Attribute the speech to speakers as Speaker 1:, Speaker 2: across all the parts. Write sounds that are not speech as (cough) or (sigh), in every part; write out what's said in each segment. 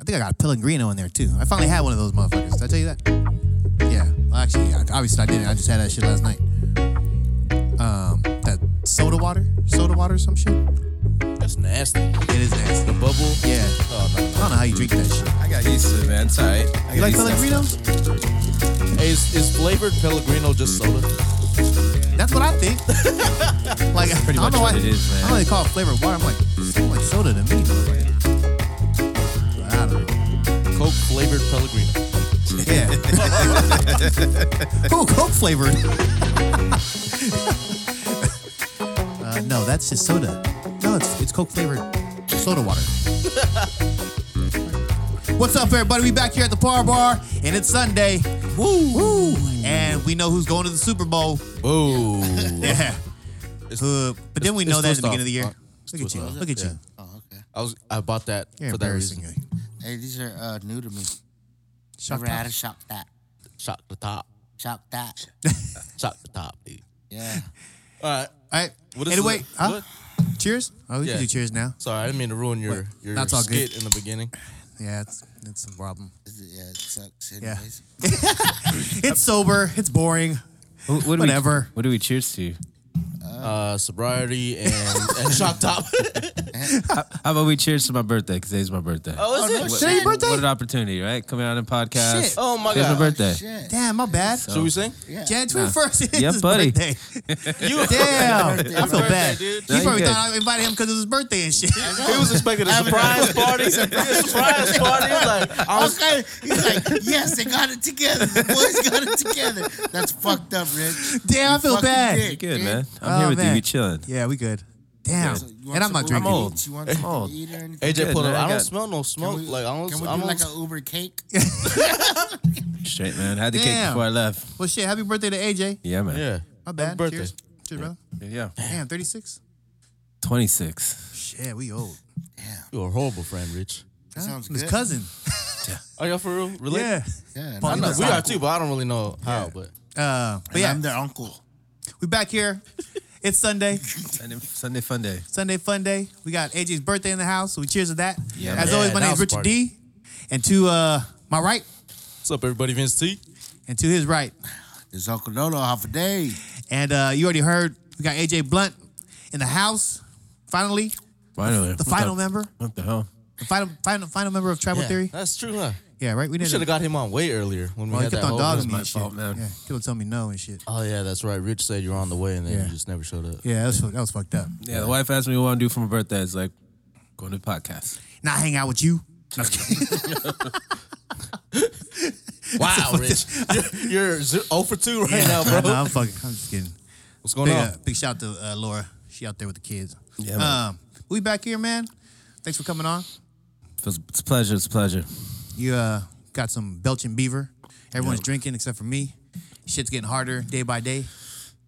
Speaker 1: I think I got Pellegrino in there too. I finally had one of those motherfuckers. Did I tell you that? Yeah. Well, actually, I- obviously I didn't. I just had that shit last night. Um, that soda water, soda water, or some shit.
Speaker 2: That's nasty.
Speaker 1: It is nasty.
Speaker 2: The bubble.
Speaker 1: Yeah.
Speaker 2: Oh, no.
Speaker 1: I don't know how you drink that shit.
Speaker 3: I got used to it, man. It's all right. I
Speaker 1: You
Speaker 3: got
Speaker 1: like
Speaker 3: used to that
Speaker 1: Pellegrino?
Speaker 3: stuff.
Speaker 2: Hey, is, is flavored Pellegrino just soda?
Speaker 1: That's what I
Speaker 3: (laughs)
Speaker 1: think. like
Speaker 3: pretty
Speaker 1: I
Speaker 3: much
Speaker 1: don't know
Speaker 3: what
Speaker 1: why,
Speaker 3: it is, man.
Speaker 1: I don't really call it flavored water. I'm like, it's like soda to me. But I don't know.
Speaker 2: Coke flavored Pellegrino.
Speaker 1: Yeah. oh, Coke flavored. (laughs) uh, no, that's just soda. No, it's it's Coke flavored soda water. (laughs) What's up, everybody? We back here at the Par Bar, and it's Sunday. Woo! Woo! And we know who's going to the Super Bowl.
Speaker 2: Ooh.
Speaker 1: Yeah. Hood. But then we
Speaker 2: it's
Speaker 1: know that at
Speaker 2: twist
Speaker 1: the beginning of the year.
Speaker 2: off. It's
Speaker 1: Look at
Speaker 2: twist
Speaker 1: you.
Speaker 2: off.
Speaker 1: Look at you.
Speaker 4: Oh, okay.
Speaker 2: I was I bought that
Speaker 1: You're
Speaker 2: for that
Speaker 1: embarrassing.
Speaker 2: reason.
Speaker 4: Hey, these are uh, new to me.
Speaker 1: Shock
Speaker 4: Never had
Speaker 1: top.
Speaker 4: a shock that.
Speaker 2: Shock the top.
Speaker 4: Shock that.
Speaker 2: Shock the top, dude.
Speaker 1: (laughs)
Speaker 4: Yeah.
Speaker 2: All right.
Speaker 1: All right.
Speaker 2: What is
Speaker 1: anyway,
Speaker 2: it?
Speaker 1: huh?
Speaker 2: What?
Speaker 1: cheers. Oh, we
Speaker 2: Yeah.
Speaker 1: can do cheers now.
Speaker 2: Sorry, I didn't mean to ruin your your
Speaker 1: that's all good.
Speaker 2: skit in the beginning.
Speaker 1: Yeah, it's it's a problem.
Speaker 4: Is it- Yeah, it sucks.
Speaker 1: Yeah.
Speaker 4: Anyways.
Speaker 1: It's sober. It's boring.
Speaker 5: What, what do
Speaker 1: Whatever.
Speaker 5: We, what do we cheers to?
Speaker 2: Uh, sobriety and, (laughs) and shock top. (laughs)
Speaker 5: How about we cheers to my birthday? Because today's my birthday.
Speaker 2: oh, is
Speaker 4: no
Speaker 2: it?
Speaker 4: shit.
Speaker 1: Today's your birthday?
Speaker 5: What an opportunity, right? Coming out in podcast.
Speaker 1: Uh, Shit.
Speaker 2: Oh my
Speaker 5: Today's
Speaker 2: god.
Speaker 5: my birthday.
Speaker 4: Shit.
Speaker 1: Damn, my bad.
Speaker 5: So-
Speaker 2: Should we sing?
Speaker 4: Yeah.
Speaker 1: January twenty first. is
Speaker 5: Yeah,
Speaker 1: his
Speaker 5: buddy.
Speaker 1: Birthday. (laughs)
Speaker 2: You
Speaker 1: Damn, I
Speaker 4: Happy
Speaker 1: feel
Speaker 4: birthday,
Speaker 1: bad.
Speaker 2: dude.
Speaker 1: You
Speaker 5: No,
Speaker 1: probably
Speaker 5: you're good.
Speaker 1: thought I invited him because it was his birthday and shit.
Speaker 2: (laughs) He was expecting a surprise party. (laughs) surprise party. He was like, I was
Speaker 4: Okay. He's like, yes, they got it together. The boys got it together. That's fucked up,
Speaker 1: (laughs)
Speaker 4: Rich.
Speaker 1: Damn, I feel
Speaker 4: Fucking
Speaker 1: bad.
Speaker 4: dick,
Speaker 5: Good,
Speaker 4: dude.
Speaker 5: man. I'm
Speaker 1: Oh,
Speaker 5: here with you.
Speaker 1: man.
Speaker 5: We chilling.
Speaker 1: Yeah, we good. Damn,
Speaker 4: So you want
Speaker 1: and I'm
Speaker 4: some
Speaker 1: not
Speaker 4: Uber
Speaker 1: drinking.
Speaker 5: I'm old.
Speaker 4: Eats? You want something
Speaker 5: old.
Speaker 4: to eat or anything?
Speaker 2: AJ
Speaker 5: Good,
Speaker 2: pulled
Speaker 5: man,
Speaker 2: up.
Speaker 5: I
Speaker 2: I don't
Speaker 5: got-
Speaker 2: smell no smoke. like I don't.
Speaker 4: Can we
Speaker 2: I'm
Speaker 4: do like
Speaker 2: on-
Speaker 4: an Uber cake?
Speaker 5: Straight, man. Had the cake
Speaker 1: Damn.
Speaker 5: before I left.
Speaker 1: Well, shit. Happy birthday to AJ.
Speaker 5: Yeah, man.
Speaker 2: yeah.
Speaker 1: My bad.
Speaker 2: birthday.
Speaker 1: Cheers. Cheers, brother.
Speaker 5: Yeah.
Speaker 1: Damn, 36.
Speaker 5: 26.
Speaker 1: Shit, we old.
Speaker 2: You're a horrible friend, Rich.
Speaker 4: That sounds
Speaker 1: His
Speaker 4: good.
Speaker 1: cousin.
Speaker 2: Are y'all for real? Really?
Speaker 1: Yeah.
Speaker 4: Yeah.
Speaker 1: Paul,
Speaker 4: no,
Speaker 2: I know, we are too, but I don't really know how. But
Speaker 1: Uh, but
Speaker 4: and
Speaker 1: yeah,
Speaker 4: I'm their uncle.
Speaker 1: we back here. It's Sunday,
Speaker 5: Sunday, Sunday fun day.
Speaker 1: Sunday fun day. We got AJ's birthday in the house, so we cheers to that.
Speaker 5: Yeah,
Speaker 1: As
Speaker 2: man.
Speaker 1: always, my
Speaker 2: Yeah,
Speaker 1: name is
Speaker 2: that was a
Speaker 1: Richard D. And to uh, my right,
Speaker 2: what's up, everybody? Vince T.
Speaker 1: and to his right,
Speaker 4: It's Uncle Lolo half a day.
Speaker 1: and uh, you already heard we got AJ Blunt in the house. Finally,
Speaker 5: Finally.
Speaker 1: the final member,
Speaker 5: What the hell?
Speaker 1: the final, final, final member of Tribal
Speaker 2: Yeah,
Speaker 1: Theory.
Speaker 2: that's true, huh?
Speaker 1: Yeah, right. We
Speaker 2: We
Speaker 1: didn't.
Speaker 2: should have got him on way earlier when we
Speaker 1: well, he
Speaker 2: had that
Speaker 1: kept on
Speaker 2: whole.
Speaker 1: dogging
Speaker 5: was
Speaker 1: me.
Speaker 5: my
Speaker 1: and
Speaker 5: fault,
Speaker 1: shit.
Speaker 5: man.
Speaker 1: Yeah, people tell me no and shit.
Speaker 2: Oh yeah, that's right. Rich said you're on the way, and then
Speaker 1: Yeah.
Speaker 2: you just never showed up.
Speaker 1: Yeah, that was, that was fucked up.
Speaker 5: Yeah, the wife asked me what I want to do for my birthday. It's like, going to the podcast.
Speaker 1: Not hang out with you. No, I'm just kidding. (laughs)
Speaker 2: Wow, Rich, you're, you're ze- 0 for two right now, bro.
Speaker 1: no, (laughs) I'm fucking. I'm just kidding.
Speaker 2: What's going
Speaker 1: Big,
Speaker 2: on?
Speaker 1: uh, big shout out to uh, Laura. She out there with the kids.
Speaker 5: Yeah, man.
Speaker 1: Um, we back here, man. Thanks for coming on.
Speaker 5: Feels- It's a pleasure. It's a pleasure.
Speaker 1: You uh, got some belching beaver. Everyone's drinking except for me. Shit's getting harder day by day.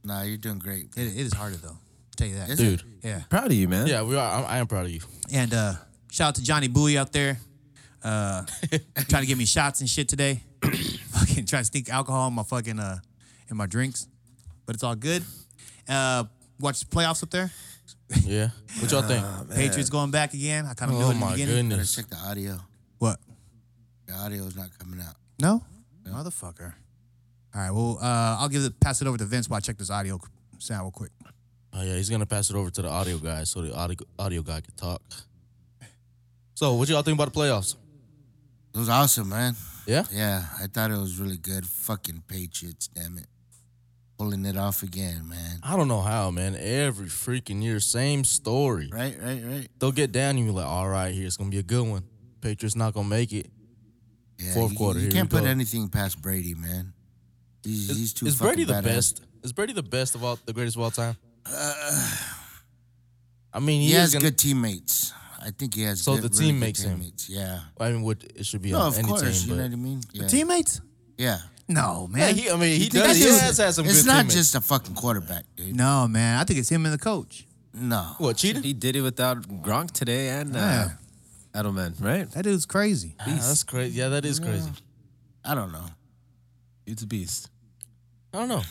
Speaker 4: Nah, you're doing great.
Speaker 1: It, it is harder though. tell you that,
Speaker 4: Is it?
Speaker 2: Dude,
Speaker 1: Yeah.
Speaker 5: Proud of you, man.
Speaker 2: yeah, we are. I'm, I am proud of you.
Speaker 1: And uh, shout out to Johnny Bowie out there, uh, (laughs) trying to get me shots and shit today. (clears throat) fucking trying to sneak alcohol in my fucking uh, in my drinks, but it's all good. Uh, watch the playoffs up there.
Speaker 2: Yeah, what y'all think?
Speaker 1: Patriots going back again. I kind of knew it
Speaker 2: oh
Speaker 1: in the
Speaker 2: my
Speaker 1: beginning.
Speaker 4: Better
Speaker 2: goodness!
Speaker 4: check the audio.
Speaker 1: What?
Speaker 4: The audio's not coming out.
Speaker 1: No? Motherfucker. All right, well, uh, I'll give it, pass it over to Vince while I check this audio c- sound real quick.
Speaker 2: Oh yeah, he's gonna pass it over to the audio guy so the audio audio guy can talk. So, what y'all think about the playoffs?
Speaker 4: It was awesome, man.
Speaker 2: Yeah,
Speaker 4: Yeah, I thought it was really good. Fucking Patriots, damn it. Pulling it off again, man.
Speaker 2: I don't know how, man. Every freaking year, same story.
Speaker 4: Right, right, right.
Speaker 2: They'll get down and you be like, all right, here's gonna be a good one. Patriots not gonna make it.
Speaker 4: Yeah,
Speaker 2: Fourth
Speaker 4: you-
Speaker 2: quarter,
Speaker 4: You
Speaker 2: here
Speaker 4: can't
Speaker 2: we
Speaker 4: put
Speaker 2: go.
Speaker 4: anything past Brady, man. He's,
Speaker 2: Is,
Speaker 4: he's too
Speaker 2: is
Speaker 4: fucking
Speaker 2: Brady the
Speaker 4: badass.
Speaker 2: best? Is Brady the best of all, the greatest of all time? I mean, he,
Speaker 4: Uh, He,
Speaker 2: is
Speaker 4: has
Speaker 2: gonna,
Speaker 4: good teammates. I think he has
Speaker 2: So
Speaker 4: good,
Speaker 2: the
Speaker 4: really
Speaker 2: team
Speaker 4: good
Speaker 2: makes him.
Speaker 4: teammates. Yeah.
Speaker 2: I mean, would it should be
Speaker 4: No,
Speaker 2: on
Speaker 4: of
Speaker 2: any
Speaker 4: course.
Speaker 2: team,
Speaker 4: you know what
Speaker 2: but
Speaker 4: I mean? Yeah.
Speaker 1: Teammates?
Speaker 4: Yeah.
Speaker 1: No, man.
Speaker 2: yeah, he, I mean, he
Speaker 4: Think
Speaker 2: does. He
Speaker 4: it's-
Speaker 2: has had some
Speaker 4: It's
Speaker 2: good
Speaker 4: not
Speaker 2: teammates.
Speaker 4: just a fucking quarterback, dude.
Speaker 1: no, man. I think it's him and the coach.
Speaker 4: No.
Speaker 2: what cheating.
Speaker 5: He did it without Gronk today and uh,
Speaker 1: Yeah.
Speaker 5: Edelman, right?
Speaker 1: That dude's crazy.
Speaker 2: Ah, that's crazy. Yeah, that is crazy.
Speaker 4: I don't know.
Speaker 5: He's a beast.
Speaker 2: I don't know.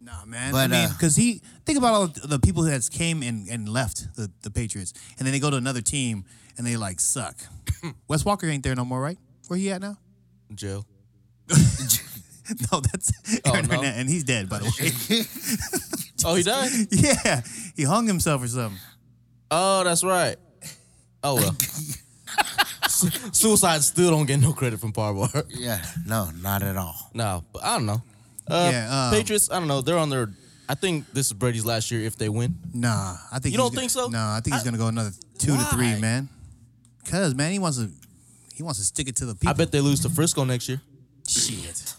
Speaker 1: Nah, man.
Speaker 4: But,
Speaker 1: I mean,
Speaker 4: uh,
Speaker 1: because he think about all the people who has came and, and left the, the Patriots, and then they go to another team and they like
Speaker 2: (laughs)
Speaker 1: suck. Wes Walker ain't there no more, right? Where he at now? (laughs)
Speaker 2: Jail.
Speaker 1: No,
Speaker 2: (laughs)
Speaker 1: that's Aaron
Speaker 2: Oh, no.
Speaker 1: Hernandez, and he's dead by the way.
Speaker 2: (laughs) Oh, he died.
Speaker 1: yeah, he hung himself or something.
Speaker 2: Oh, that's right. Oh
Speaker 4: (laughs)
Speaker 2: well. Su- Suicide still don't get no credit from
Speaker 4: (laughs)
Speaker 2: Parbar.
Speaker 4: yeah, no, not at all.
Speaker 2: nah, but I don't know. Uh,
Speaker 1: Yeah, um,
Speaker 2: Patriots. I don't know. They're on their. I think this is Brady's last year if they win.
Speaker 1: Nah, I think
Speaker 2: You
Speaker 1: he's
Speaker 2: don't
Speaker 1: gonna-
Speaker 2: think so?
Speaker 1: Nah, I think he's
Speaker 2: I-
Speaker 1: gonna go another two to three,
Speaker 2: Why?
Speaker 1: man. Cause man, he wants to he wants to stick it to the people.
Speaker 2: I bet they lose to Frisco next year.
Speaker 1: shit.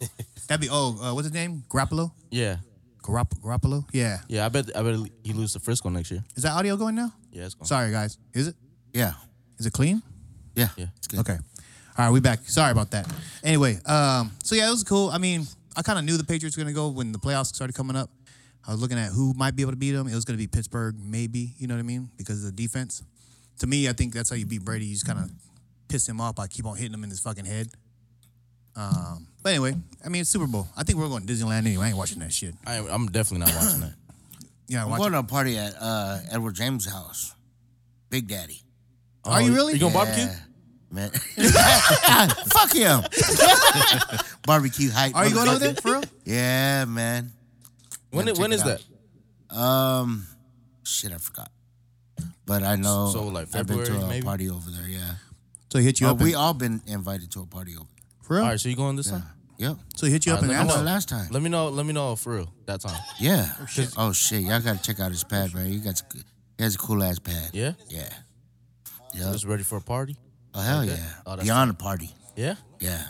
Speaker 1: That'd be oh, uh, what's his name? Garoppolo.
Speaker 2: Yeah,
Speaker 1: Garop- Garoppolo. Yeah.
Speaker 2: yeah. I bet. I bet he lose to Frisco next year.
Speaker 1: Is that audio going now?
Speaker 2: Yeah, it's gone.
Speaker 1: Sorry, guys. Is it?
Speaker 4: Yeah,
Speaker 1: Is it clean?
Speaker 4: yeah,
Speaker 2: Yeah.
Speaker 4: It's good.
Speaker 1: Okay. All right, we back. Sorry about that. Anyway, um, so yeah, it was cool. I mean, I kind of knew the Patriots were gonna go when the playoffs started coming up. I was looking at who might be able to beat them. It was gonna be Pittsburgh, maybe. You know what I mean? Because of the defense. To me, I think that's how you beat Brady. You just kind of piss him off by keep on hitting him in his fucking head. Um, but anyway, I mean, it's Super Bowl. I think we're going to Disneyland anyway. I ain't watching that shit.
Speaker 2: I, I'm definitely not watching that.
Speaker 1: Yeah,
Speaker 4: I'm
Speaker 1: watch it.
Speaker 4: going to a party at uh, Edward James' house. Big Daddy.
Speaker 1: (laughs) Are you really?
Speaker 2: Um, You gonna barbecue?
Speaker 4: Yeah, man. (laughs) Fuck him. Barbecue hype.
Speaker 1: Are you going over
Speaker 4: motherfucker.
Speaker 1: there for real?
Speaker 4: Yeah, man.
Speaker 2: When?
Speaker 4: Gotta
Speaker 2: When
Speaker 4: check
Speaker 2: is
Speaker 4: it
Speaker 2: that?
Speaker 4: out. Um, shit, I forgot. But I know.
Speaker 2: So, like,
Speaker 4: I've been
Speaker 2: February,
Speaker 4: to a
Speaker 2: maybe?
Speaker 4: party over there. Yeah.
Speaker 1: So he hit you
Speaker 4: Uh,
Speaker 1: up.
Speaker 4: we
Speaker 1: and-
Speaker 4: all been invited to a party over there.
Speaker 1: Oh, for real?
Speaker 2: All right. So you going this time?
Speaker 4: Yep.
Speaker 1: So he hit you up
Speaker 2: All
Speaker 1: and
Speaker 2: right,
Speaker 4: I
Speaker 2: let me
Speaker 1: asked.
Speaker 4: went
Speaker 2: know.
Speaker 4: last time.
Speaker 2: Let me know. Let me know for real that time.
Speaker 4: Yeah. Oh shit. Y'all gotta check out his pad, man. You got. He has a cool ass pad.
Speaker 2: Yeah.
Speaker 4: Yeah.
Speaker 1: Uh,
Speaker 2: Just ready for a party.
Speaker 4: Oh hell
Speaker 2: Okay.
Speaker 4: yeah.
Speaker 2: Oh, that's
Speaker 4: Beyond a party.
Speaker 2: Yeah.
Speaker 4: Yeah.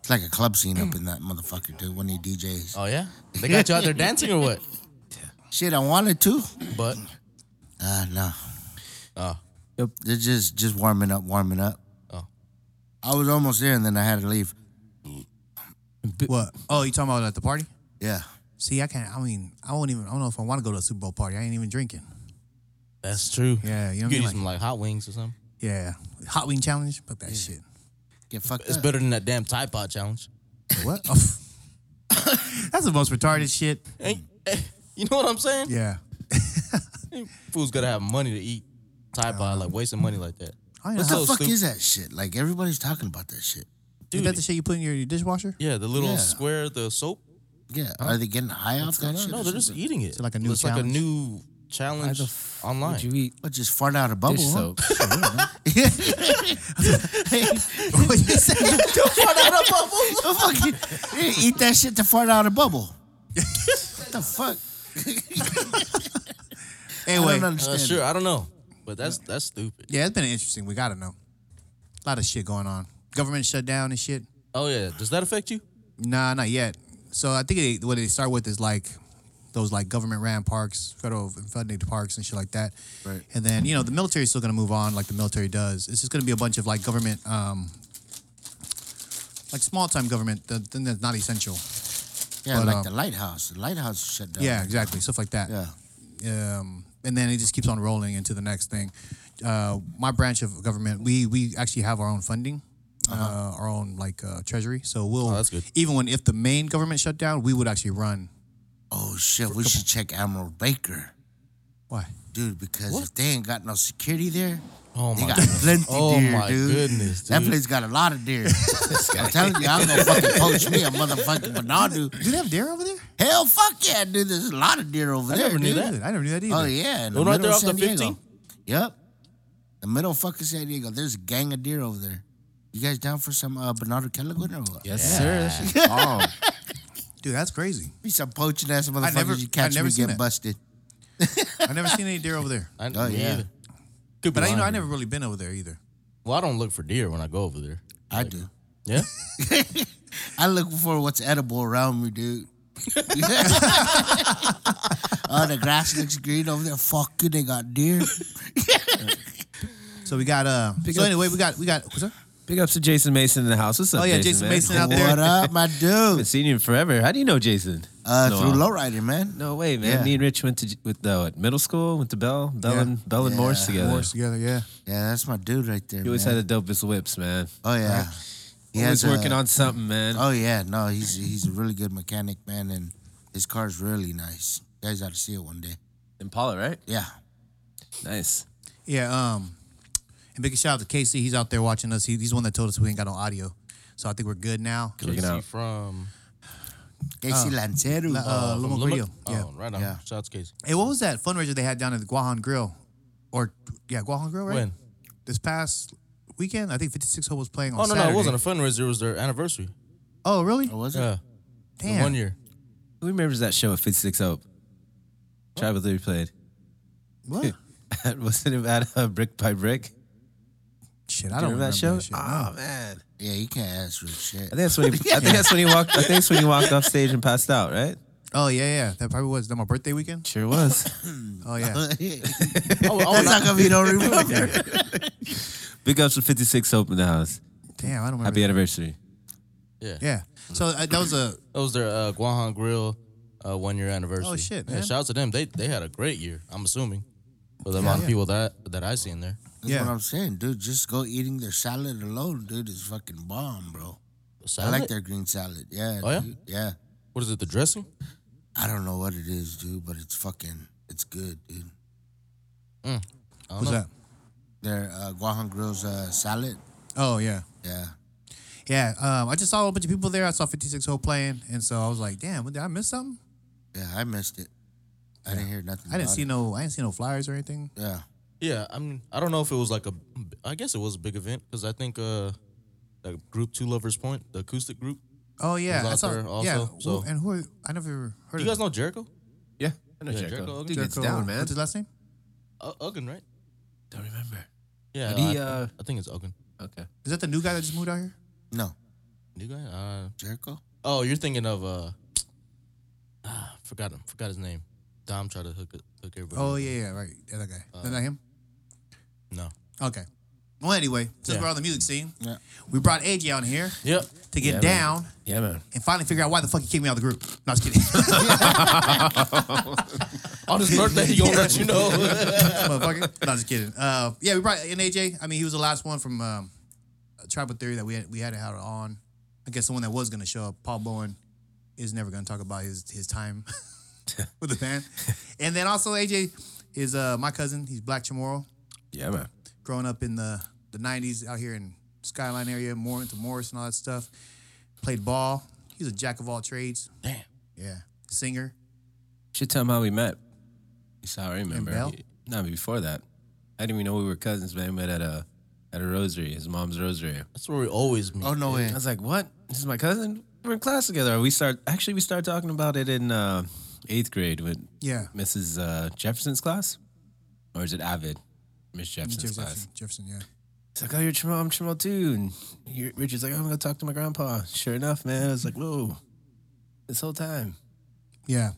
Speaker 4: It's like a club scene up in that motherfucker, dude. When he DJs.
Speaker 2: Oh yeah.
Speaker 1: (laughs)
Speaker 2: They got you out there dancing or what? Oh.
Speaker 4: Shit, I wanted to.
Speaker 2: But
Speaker 4: Uh no.
Speaker 2: oh,
Speaker 4: They're just just warming up, warming up.
Speaker 2: Oh.
Speaker 4: I was almost there and then I had to leave.
Speaker 1: What? Oh, you talking about at the party?
Speaker 4: Yeah.
Speaker 1: See, I can't. I mean, I won't even. I don't know if I want to go to a Super Bowl party. I ain't even drinking.
Speaker 2: that's true.
Speaker 1: Yeah, you know what I
Speaker 2: You could
Speaker 1: mean.
Speaker 2: use
Speaker 1: Like,
Speaker 2: some like hot wings or something.
Speaker 1: yeah, hot wing challenge. Fuck that shit.
Speaker 4: Get fucked
Speaker 2: It's
Speaker 4: up.
Speaker 2: better than that damn Tide Pod challenge.
Speaker 1: What? Oh, (laughs) That's the most retarded shit.
Speaker 2: Hey, hey, you know what I'm saying?
Speaker 1: Yeah.
Speaker 2: Food's gotta have money to eat. Tide Pod, like wasting money like that.
Speaker 1: I don't know
Speaker 4: What
Speaker 1: how,
Speaker 2: so
Speaker 4: the fuck
Speaker 2: stupid.
Speaker 4: is that shit? Like everybody's talking about that shit.
Speaker 1: is
Speaker 2: Dude.
Speaker 1: that the shit you put in your, your
Speaker 2: (laughs)
Speaker 1: dishwasher?
Speaker 2: Yeah, the little
Speaker 4: Yeah.
Speaker 2: square, the soap.
Speaker 4: Yeah. Are they getting high off that shit?
Speaker 2: No,
Speaker 4: or
Speaker 2: they're just
Speaker 4: something?
Speaker 2: eating it. It's
Speaker 1: like a new
Speaker 2: it's like a
Speaker 1: challenge?
Speaker 2: new challenge online. (laughs)
Speaker 5: Would you eat
Speaker 4: What, just fart out a bubble?
Speaker 5: dish
Speaker 4: huh? (laughs)
Speaker 1: (laughs)
Speaker 5: soap?
Speaker 1: What you
Speaker 2: (laughs)
Speaker 1: said?
Speaker 4: (laughs)
Speaker 1: (laughs)
Speaker 4: The fuck you- you eat that shit to fart out
Speaker 2: (laughs)
Speaker 4: a bubble. what the fuck? I
Speaker 1: anyway,
Speaker 4: don't
Speaker 2: Uh,
Speaker 4: understand.
Speaker 2: sure, I don't know, but that's that's stupid.
Speaker 1: yeah, it's been interesting. We gotta know. A lot of shit going on. Government shut down and shit.
Speaker 2: Oh yeah, does that affect you?
Speaker 1: Nah, not yet. So I think they, what they start with is like those like government ran parks, federal funded parks and shit like that. Right. And then you know the military's still gonna move on like the military does. It's just gonna be a bunch of like government, um, like small time government. The thing that's not essential.
Speaker 4: Yeah,
Speaker 1: But,
Speaker 4: like
Speaker 1: um,
Speaker 4: the lighthouse. The lighthouse shut down.
Speaker 1: Yeah, exactly. Stuff like that.
Speaker 4: Yeah.
Speaker 1: um, and then it just keeps on rolling into the next thing. Uh, my branch of government, we we actually have our own funding, uh our own like uh, treasury. So we'll
Speaker 2: Oh, that's good.
Speaker 1: even when if the main government shut down, we would actually run.
Speaker 4: Oh shit, we should check Admiral Baker.
Speaker 1: Why?
Speaker 4: Dude, because if they ain't got no security there,
Speaker 2: Oh
Speaker 4: they
Speaker 2: my
Speaker 4: got
Speaker 2: god.
Speaker 4: plenty
Speaker 2: (laughs) Oh
Speaker 4: deer,
Speaker 2: my
Speaker 4: dude.
Speaker 2: goodness,
Speaker 4: That
Speaker 2: dude.
Speaker 4: place got a lot of
Speaker 2: (laughs)
Speaker 4: deer. I'm telling you, I'm gonna fucking poach me a motherfucking banana.
Speaker 1: Do they have deer over there?
Speaker 4: Hell, fuck yeah, dude. There's a lot of deer over there.
Speaker 2: never knew
Speaker 4: dude.
Speaker 2: that.
Speaker 1: Dude, I never knew that either.
Speaker 4: Oh yeah, in the
Speaker 2: One right
Speaker 4: middle
Speaker 2: there
Speaker 4: of
Speaker 2: off the
Speaker 4: San Diego.
Speaker 2: 15?
Speaker 4: Yep, the middle of fucking San Diego. There's a gang of deer over there. You guys down for some uh, Bernardo Caligun or what? (laughs)
Speaker 5: Yes, sir. That shit-
Speaker 4: Oh,
Speaker 1: Dude, that's crazy.
Speaker 4: be some poaching ass motherfuckers
Speaker 1: never-
Speaker 4: you
Speaker 1: I
Speaker 4: catch
Speaker 1: never
Speaker 4: me
Speaker 1: seen
Speaker 4: getting
Speaker 1: that.
Speaker 4: busted.
Speaker 1: I've never seen any deer over there.
Speaker 2: I,
Speaker 4: Oh,
Speaker 2: me
Speaker 4: yeah.
Speaker 2: either. (laughs) Could be
Speaker 1: But I, you know, I
Speaker 2: lying.
Speaker 1: never really been over there either.
Speaker 2: Well, I don't look for deer when I go over there.
Speaker 4: I do.
Speaker 2: Yeah.
Speaker 4: I look for what's edible around me,
Speaker 5: (laughs)
Speaker 4: dude. oh, the grass looks green over there. Fuck you, they got
Speaker 5: (laughs)
Speaker 4: deer.
Speaker 1: So we got uh. so
Speaker 5: up-
Speaker 1: anyway, we got we got. What's up?
Speaker 5: Big ups to Jason Mason in the house. What's up,
Speaker 1: Oh yeah, Jason
Speaker 5: man?
Speaker 1: Mason out there.
Speaker 4: what up, my
Speaker 5: Been
Speaker 4: dude?
Speaker 5: seeing you forever. How do you know Jason?
Speaker 4: Uh,
Speaker 5: no,
Speaker 4: through
Speaker 5: uh,
Speaker 4: lowrider, man.
Speaker 5: No way, man.
Speaker 4: Yeah.
Speaker 5: Me and Rich went to J- with the what, middle school, went to Bell, Bell
Speaker 1: Yeah.
Speaker 5: and Bell and
Speaker 4: Yeah,
Speaker 5: Morse together.
Speaker 1: Horse together, yeah.
Speaker 4: Yeah, that's my dude right there.
Speaker 5: He always
Speaker 4: man.
Speaker 5: had the dopest whips, man.
Speaker 4: oh yeah, he
Speaker 5: He always
Speaker 4: has a- Uh,
Speaker 5: working on something, man.
Speaker 4: Oh yeah, no, he's he's a really good mechanic, man, and His car's really nice. You guys ought to see it one day.
Speaker 5: Impala, right?
Speaker 4: Yeah.
Speaker 5: Nice.
Speaker 1: Yeah. Um, and big shout out to KC. He's out there watching us. He, he's the one that told us we ain't got no audio, so I think we're good now.
Speaker 5: Looking
Speaker 2: Casey
Speaker 5: out.
Speaker 2: from
Speaker 5: Oh.
Speaker 4: Casey Lancero.
Speaker 1: Uh,
Speaker 2: from
Speaker 1: Loma
Speaker 2: Luma-
Speaker 1: Grillo. Yeah.
Speaker 2: Oh, right on.
Speaker 4: Yeah.
Speaker 2: Shout out to Casey.
Speaker 1: Hey, what was that fundraiser they had down at the Guahan Grill? Or yeah, Guahan Grill, right?
Speaker 2: When?
Speaker 1: This past weekend, I think 56 Hope was playing on
Speaker 2: Oh no, no,
Speaker 1: Saturday.
Speaker 2: it wasn't a fundraiser. It was their anniversary.
Speaker 1: Oh, really?
Speaker 4: or was it?
Speaker 2: Yeah, the
Speaker 1: Damn.
Speaker 2: one year.
Speaker 5: Who remembers that show at 56 Hope? Tribal Theory played. (laughs)
Speaker 1: What?
Speaker 5: Wasn't it at uh, Brick by Brick?
Speaker 1: Shit, I
Speaker 5: Do
Speaker 1: don't
Speaker 5: you
Speaker 1: remember
Speaker 5: remember that show?
Speaker 1: that shit.
Speaker 2: Ah.
Speaker 5: Oh man.
Speaker 4: Yeah, you can't ask real shit.
Speaker 5: I think that's when he, I think that's when he walked I think that's when he walked off stage and passed out, right?
Speaker 1: Oh yeah, yeah. That probably was. That my birthday weekend.
Speaker 5: Sure was.
Speaker 1: Oh
Speaker 2: (laughs)
Speaker 1: yeah.
Speaker 4: (laughs) That's
Speaker 2: Oh, oh, no.
Speaker 4: not gonna be
Speaker 1: (laughs)
Speaker 4: no
Speaker 5: (laughs)
Speaker 4: remember.
Speaker 5: Big ups to 56 Hope in the house.
Speaker 1: Damn, I don't remember.
Speaker 5: Happy anniversary.
Speaker 2: yeah,
Speaker 1: yeah. So uh, that was a
Speaker 2: That was their uh, Guahan Grill uh, one year anniversary.
Speaker 1: Oh, shit,
Speaker 2: Yeah,
Speaker 1: man.
Speaker 2: shout out to them. They they had a great year. I'm assuming for the amount
Speaker 1: yeah.
Speaker 2: of people that that I seen there.
Speaker 4: That's
Speaker 1: Yeah.
Speaker 4: what I'm saying, dude. Just go eating their salad alone, dude, is fucking bomb, bro.
Speaker 2: The
Speaker 4: I
Speaker 2: salad?
Speaker 4: like their green salad. Yeah.
Speaker 2: Oh, yeah?
Speaker 4: dude. Yeah.
Speaker 2: What is it? The dressing?
Speaker 4: I don't know what it is, dude, but it's fucking, it's good, dude.
Speaker 2: I don't
Speaker 1: what's
Speaker 2: know.
Speaker 1: that?
Speaker 4: Their uh, Guahan Grill's uh, salad.
Speaker 1: Oh yeah.
Speaker 4: Yeah.
Speaker 1: Yeah. Um, I just saw a bunch of people there. I saw 56 Hope playing, and so I was like, damn, what, did I miss something?
Speaker 4: Yeah, I missed it. I didn't hear nothing.
Speaker 1: I didn't
Speaker 4: about
Speaker 1: see
Speaker 4: it.
Speaker 1: no. I didn't see no flyers or anything.
Speaker 4: Yeah.
Speaker 2: Yeah, I mean, I don't know if it was like a. I guess it was a big event because I think uh, like group two lovers point the acoustic group.
Speaker 1: Oh yeah,
Speaker 2: was
Speaker 1: I
Speaker 2: out
Speaker 1: saw.
Speaker 2: there also,
Speaker 1: yeah.
Speaker 2: so-
Speaker 1: And who? Are, I never heard.
Speaker 2: You
Speaker 1: of
Speaker 2: guys know Jericho?
Speaker 5: Yeah. I know
Speaker 2: Yeah,
Speaker 5: Jericho.
Speaker 2: Jericho.
Speaker 5: Dude,
Speaker 1: Jericho-
Speaker 5: it's down, man.
Speaker 1: What's his last name?
Speaker 2: Uh, Ugin, right?
Speaker 5: Don't remember.
Speaker 2: Yeah,
Speaker 5: Did he,
Speaker 2: I,
Speaker 5: uh,
Speaker 2: I think it's Ugin.
Speaker 5: Okay.
Speaker 1: Is that the new guy that just moved out here?
Speaker 4: No.
Speaker 2: You guys? Uh,
Speaker 4: Jericho?
Speaker 2: oh, you're thinking of uh, ah, forgot him, forgot his name. Dom tried to hook it, hook everybody.
Speaker 1: Oh
Speaker 2: up.
Speaker 1: yeah, yeah, right. Yeah, that guy. Is that him?
Speaker 2: no.
Speaker 1: Okay. Well, anyway, since
Speaker 2: Yeah.
Speaker 1: we're on the music scene,
Speaker 4: Yeah.
Speaker 1: we brought AJ on here
Speaker 2: Yep.
Speaker 1: to get
Speaker 5: Yeah, man.
Speaker 1: down
Speaker 5: Yeah, man.
Speaker 1: and finally figure out why the fuck he kicked me out of the group. No, I'm just kidding. (laughs)
Speaker 2: On his birthday, he gonna let you (laughs) know.
Speaker 1: Motherfucker. No, I'm just kidding. Uh, yeah, we brought in AJ. I mean, he was the last one from um, Tribal Theory that we had, we had it out on. I guess the one that was going to show up, Paul Bowen, is never going to talk about his his time (laughs) with the band. And then also AJ is uh, my cousin. He's Black Chamorro.
Speaker 5: Yeah, man.
Speaker 1: growing up in the, the 90s out here in Skyline area, more into Morris and all that stuff. Played ball. He was a jack of all trades.
Speaker 2: Damn.
Speaker 1: Yeah. Singer.
Speaker 5: Should tell him how we met. You saw, I remember.
Speaker 1: Bell?
Speaker 5: No, but before that, I didn't even know we were cousins, man. We met at a at a rosary, his mom's rosary.
Speaker 2: That's where we always meet.
Speaker 4: Oh, no way.
Speaker 5: I was like, "What? This is my cousin. We're in class together." We start actually we started talking about it in uh, eighth grade with
Speaker 1: Yeah.
Speaker 5: Mrs. Uh, Jefferson's class, or is it Avid? Miss Jefferson's
Speaker 1: Jefferson,
Speaker 5: class.
Speaker 1: Jefferson, yeah.
Speaker 5: It's like, "Oh, you're Tremel. I'm Tremel too." And you're, Richard's like, "Oh, I'm gonna talk to my grandpa." Sure enough, man. I was like, "Whoa!" This whole time.
Speaker 1: Yeah.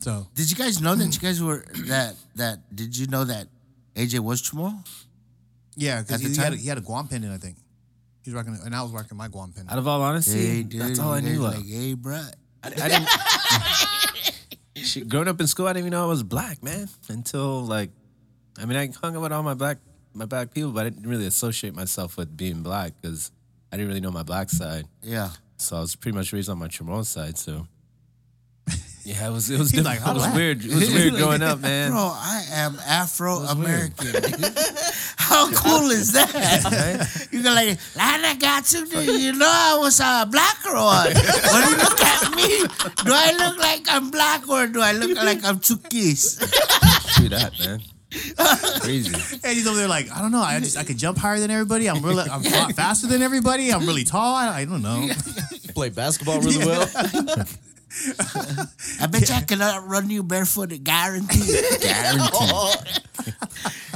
Speaker 1: So,
Speaker 4: Did you guys know that you guys were that that? Did you know that AJ was Chamorro?
Speaker 1: yeah, because
Speaker 4: At
Speaker 1: he,
Speaker 4: the
Speaker 1: he had a-
Speaker 4: time-
Speaker 1: he had a Guam pendant, I think. He was rocking, and I was rocking my Guam pendant.
Speaker 5: Out of all honesty, that's all I
Speaker 4: you
Speaker 5: knew uh.
Speaker 4: guys
Speaker 5: of.
Speaker 4: Like, hey, bruh.
Speaker 5: I didn't. (laughs) Shit, growing up in school, I didn't even know I was black, man. Until like, I mean, I hung out with all my black my black people, but I didn't really associate myself with being black because I didn't really know my black side.
Speaker 4: Yeah.
Speaker 5: So I was pretty much raised on my Chamorro side. So yeah, it was it was
Speaker 1: He's
Speaker 5: diff-
Speaker 1: like,
Speaker 5: it was
Speaker 1: "Black."
Speaker 5: weird. It was weird growing up, man.
Speaker 4: Bro, I am Afro American. How cool is that? you go like, Lana got you. do You know I was a black girl. When you look at me, do I look like I'm black or do I look like I'm Chukis?
Speaker 5: True that, (laughs) man. Crazy.
Speaker 1: And he's over there like, I don't know, I just I could jump higher than everybody. I'm really I'm a
Speaker 4: (laughs)
Speaker 1: lot faster than everybody. I'm really tall. I, I don't know.
Speaker 2: Play basketball really well.
Speaker 4: I bet you I cannot run you barefooted, guaranteed.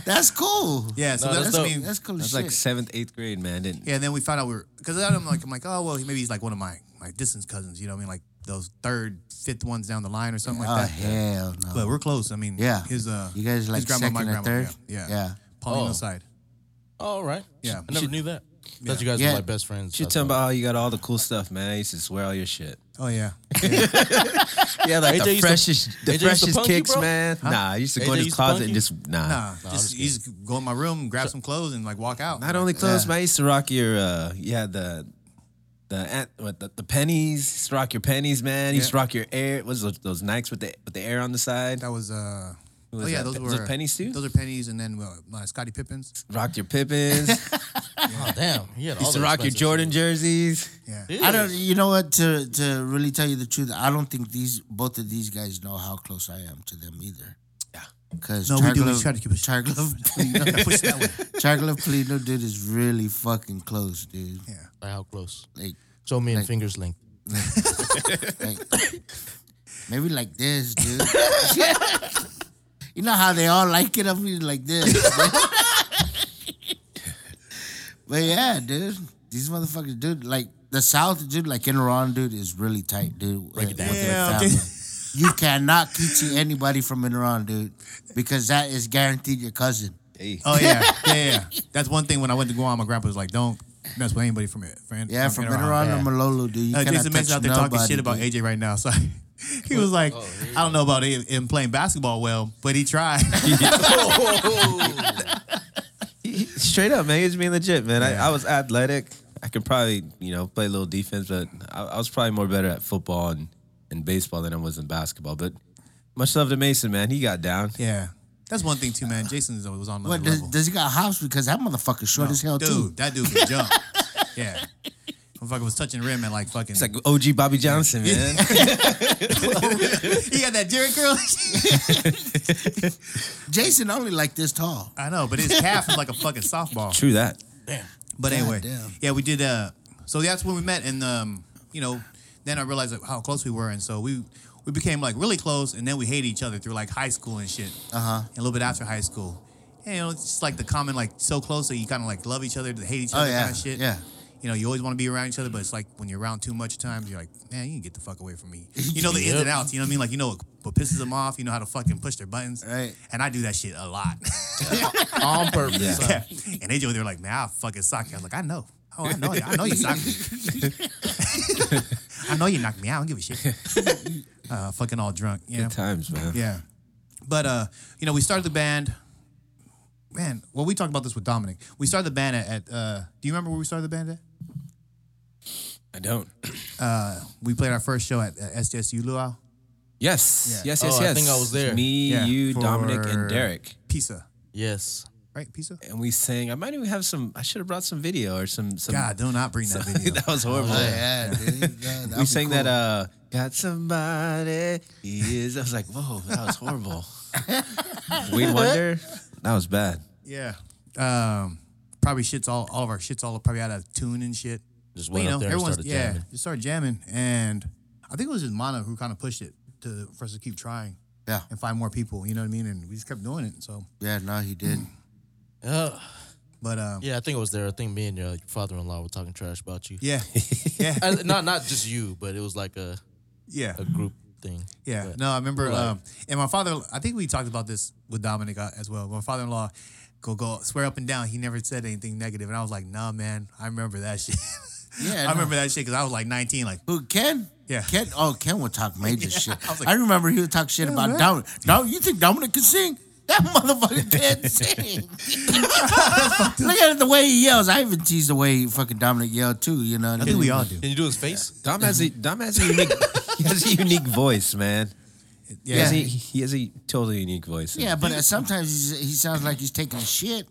Speaker 4: That's cool.
Speaker 1: Yeah, so
Speaker 2: No,
Speaker 1: that's,
Speaker 2: that's
Speaker 1: I
Speaker 2: dope.
Speaker 1: mean,
Speaker 4: That's cool
Speaker 5: I
Speaker 4: as
Speaker 5: was
Speaker 4: shit.
Speaker 5: like seventh, eighth grade, man. Didn't
Speaker 1: Yeah, and then we found out we were because I'm like I'm like oh well maybe he's like one of my my distance cousins you know what I mean like those third fifth ones down the line or something
Speaker 4: oh,
Speaker 1: like that.
Speaker 4: hell no.
Speaker 1: But we're close. I mean
Speaker 4: Yeah.
Speaker 1: his uh
Speaker 4: You guys are, like,
Speaker 1: his grandma my
Speaker 4: second
Speaker 1: grandma
Speaker 4: or third?
Speaker 1: yeah yeah,
Speaker 4: Yeah.
Speaker 1: Paulino's
Speaker 2: Oh.
Speaker 1: side
Speaker 2: All right.
Speaker 1: Yeah.
Speaker 2: I never knew that. Thought you guys
Speaker 4: Yeah.
Speaker 2: were my best friends.
Speaker 5: you
Speaker 2: That's
Speaker 5: tell
Speaker 2: why.
Speaker 5: about how you got all the cool stuff, man? I used to swear all your shit.
Speaker 1: oh
Speaker 4: (laughs)
Speaker 1: yeah
Speaker 5: Yeah, like
Speaker 2: AJ used
Speaker 5: the
Speaker 2: to-
Speaker 5: freshest,
Speaker 2: AJ
Speaker 5: the
Speaker 2: used to
Speaker 5: freshest
Speaker 2: punk you,
Speaker 5: kicks,
Speaker 2: bro?
Speaker 5: man. Nah, I used to go
Speaker 2: AJ
Speaker 5: in his
Speaker 2: used to
Speaker 5: closet
Speaker 2: punk
Speaker 5: and
Speaker 2: you?
Speaker 5: just nah.
Speaker 1: nah just you just go in my room grab some clothes and like walk out
Speaker 5: Not only clothes, but I used to rock your uh, yeah the the ant- what the, the pennies. He used to rock your pennies, man. He used to rock your air. What's those, those Nikes with the with the air on the side?
Speaker 1: That was uh.
Speaker 5: was
Speaker 1: oh yeah,
Speaker 5: that?
Speaker 1: those
Speaker 5: Was it
Speaker 1: were
Speaker 5: pennies too?
Speaker 1: Those are pennies, and then uh, uh, Scotty Pippins.
Speaker 5: Rock your
Speaker 2: (laughs)
Speaker 5: Pippins.
Speaker 2: Oh, damn. He had all
Speaker 5: used to
Speaker 2: the
Speaker 5: rock your
Speaker 2: expensive
Speaker 5: Jordan jerseys.
Speaker 1: Yeah,
Speaker 2: shit.
Speaker 4: I don't. You know what? To to really tell you the truth, I don't think these both of these guys know how close I am to them either.
Speaker 5: Yeah.
Speaker 4: Because
Speaker 1: No, we do. We try to keep it- (laughs)
Speaker 4: Charglove,
Speaker 1: push that way.
Speaker 4: Charglove Polino, dude, is really fucking close, dude.
Speaker 1: Yeah,
Speaker 2: Like, how close?
Speaker 4: Like,
Speaker 2: Show me in fingers length.
Speaker 1: (coughs)
Speaker 4: like maybe like
Speaker 1: (laughs)
Speaker 4: this, dude. you know how they all like it up here
Speaker 1: (laughs)
Speaker 4: like this. but yeah, dude, these motherfuckers, dude, like the South, dude, like in Iran, dude, is really tight, dude. Break it down.
Speaker 1: Yeah, dude.
Speaker 4: You cannot kiki anybody from Iran, dude, because that is guaranteed your cousin.
Speaker 5: Hey.
Speaker 1: Oh
Speaker 4: (laughs)
Speaker 1: yeah, yeah, yeah. yeah. That's one thing. When I went to Guam, my grandpa was like, "Don't mess with anybody from it." From,
Speaker 4: Yeah, from Iran
Speaker 1: Yeah.
Speaker 4: to Malolo, dude. You
Speaker 1: Uh,
Speaker 4: cannot
Speaker 1: Jason
Speaker 4: touch
Speaker 1: Men's out there
Speaker 4: nobody,
Speaker 1: talking shit about
Speaker 4: dude. Oh,
Speaker 1: AJ right now. (laughs) So he was like, "I don't know about him, him playing basketball well, but he
Speaker 4: (laughs)
Speaker 1: tried."
Speaker 5: Straight up, man. It's being legit, man. I, I was athletic. I could probably, you know, play a little defense, but I, I was probably more better at football and, and baseball than I was in basketball. But much love to Mason, man. He got down.
Speaker 1: yeah, that's one thing too, man. Jason is- was on another
Speaker 4: What, does,
Speaker 1: level.
Speaker 4: does he got hops? Because that motherfucker short as hell,
Speaker 1: dude,
Speaker 4: too.
Speaker 1: that dude could
Speaker 4: (laughs)
Speaker 1: jump. yeah, motherfucker was touching the rim and like fucking.
Speaker 5: It's like OG Bobby Johnson, man.
Speaker 1: he had that Jerry curl.
Speaker 4: (laughs) Jason only like this tall.
Speaker 1: I know, but his
Speaker 4: (laughs)
Speaker 1: calf is like a fucking softball.
Speaker 5: True that.
Speaker 1: But anyway,
Speaker 4: damn.
Speaker 1: yeah, we did. Uh, so that's when we met, and um, you know, then I realized like, how close we were, and so we we became like really close, and then we hated each other through like high school and shit. Uh
Speaker 4: Uh-huh.
Speaker 1: huh. And a little bit after high school, and you know, it's just like the common like so close that you kind of like love each other, to hate each
Speaker 4: Oh,
Speaker 1: other,
Speaker 4: yeah,
Speaker 1: kind of shit.
Speaker 4: yeah.
Speaker 1: You know, you always want to be around each other, but it's like when you're around too much times, you're like, man, you can get the fuck away from me. You know the ins
Speaker 2: Yep.
Speaker 1: and outs. You know what I mean? Like you know what, what pisses them off. You know how to fucking push their buttons.
Speaker 4: Right.
Speaker 1: And I do that shit a lot. (laughs)
Speaker 2: On purpose.
Speaker 1: Yeah. (laughs) And they were like, man, I fucking sock you. I was like, I know. Oh, I know. you. I know you sock me. (laughs) I know you knocked me out. I don't give a shit. Uh, fucking all drunk. Yeah.
Speaker 5: Good times, man.
Speaker 1: Yeah. But, uh, you know, we started the band. Man, well, we talked about this with Dominic. We started the band at, at uh, do you remember where we started the band at?
Speaker 5: I don't.
Speaker 1: We played our first show at uh, SDSU Luau,
Speaker 5: Yes.
Speaker 1: Yeah.
Speaker 5: Yes, yes,
Speaker 2: Oh, I
Speaker 5: yes.
Speaker 2: think I was there.
Speaker 5: Me,
Speaker 1: Yeah,
Speaker 5: you, Dominic,
Speaker 1: for-
Speaker 5: and Derek.
Speaker 1: Pisa,
Speaker 2: Yes.
Speaker 1: right? Pisa?
Speaker 5: And we sang. I might even have some. I should have brought some video or some. some
Speaker 1: God, do not bring that video.
Speaker 5: (laughs) that was horrible.
Speaker 4: Yeah, dude. Yeah,
Speaker 5: (laughs)
Speaker 4: that'd
Speaker 5: we
Speaker 4: be
Speaker 5: sang
Speaker 4: cool.
Speaker 5: that uh got somebody he is i was like whoa that was (laughs) horrible we wonder that was bad
Speaker 1: yeah. Um, probably shit's all, all of our shit's all probably out of tune and shit.
Speaker 2: Just
Speaker 1: Well,
Speaker 2: went up there and started
Speaker 1: yeah,
Speaker 2: jamming.
Speaker 1: just started jamming, and I think it was just Mana who kind of pushed it to for us to keep trying
Speaker 4: Yeah,
Speaker 1: and find more people. You know what I mean? And we just kept doing it. So,
Speaker 4: yeah, no, he did.
Speaker 2: Uh,
Speaker 1: but um,
Speaker 2: yeah, I think I was there. I think me and your father-in-law were talking trash about you. (laughs)
Speaker 1: yeah, yeah,
Speaker 2: Uh, not not just you, but it was like a,
Speaker 1: yeah,
Speaker 2: a group thing.
Speaker 1: yeah.
Speaker 2: But-
Speaker 1: No, I remember.
Speaker 2: Right.
Speaker 1: Um, and my father, I think we talked about this with Dominic uh, as well. My father-in-law go go swear up and down. He never said anything negative, and I was like, nah, man, I remember that shit. (laughs)
Speaker 4: Yeah,
Speaker 1: I remember that shit because I was like 19. Like,
Speaker 4: Who Ken?
Speaker 1: Yeah.
Speaker 4: Ken. Oh, Ken would talk major shit. I,
Speaker 1: was like-
Speaker 4: remember he would talk shit about
Speaker 1: man.
Speaker 4: Dominic. No, you think Dominic can sing? That (laughs) motherfucker can't sing. Look at it, the way he yells. I even teased the way fucking Dominic yelled too. You know, what I,
Speaker 1: I think we all do.
Speaker 2: Can you do his face?
Speaker 5: dom has a dom has a unique Mm-hmm. (laughs) he has a unique voice man
Speaker 1: Yeah,
Speaker 5: he, has a, he has a totally unique voice
Speaker 4: Yeah, but uh, sometimes he's, he sounds like he's taking a shit.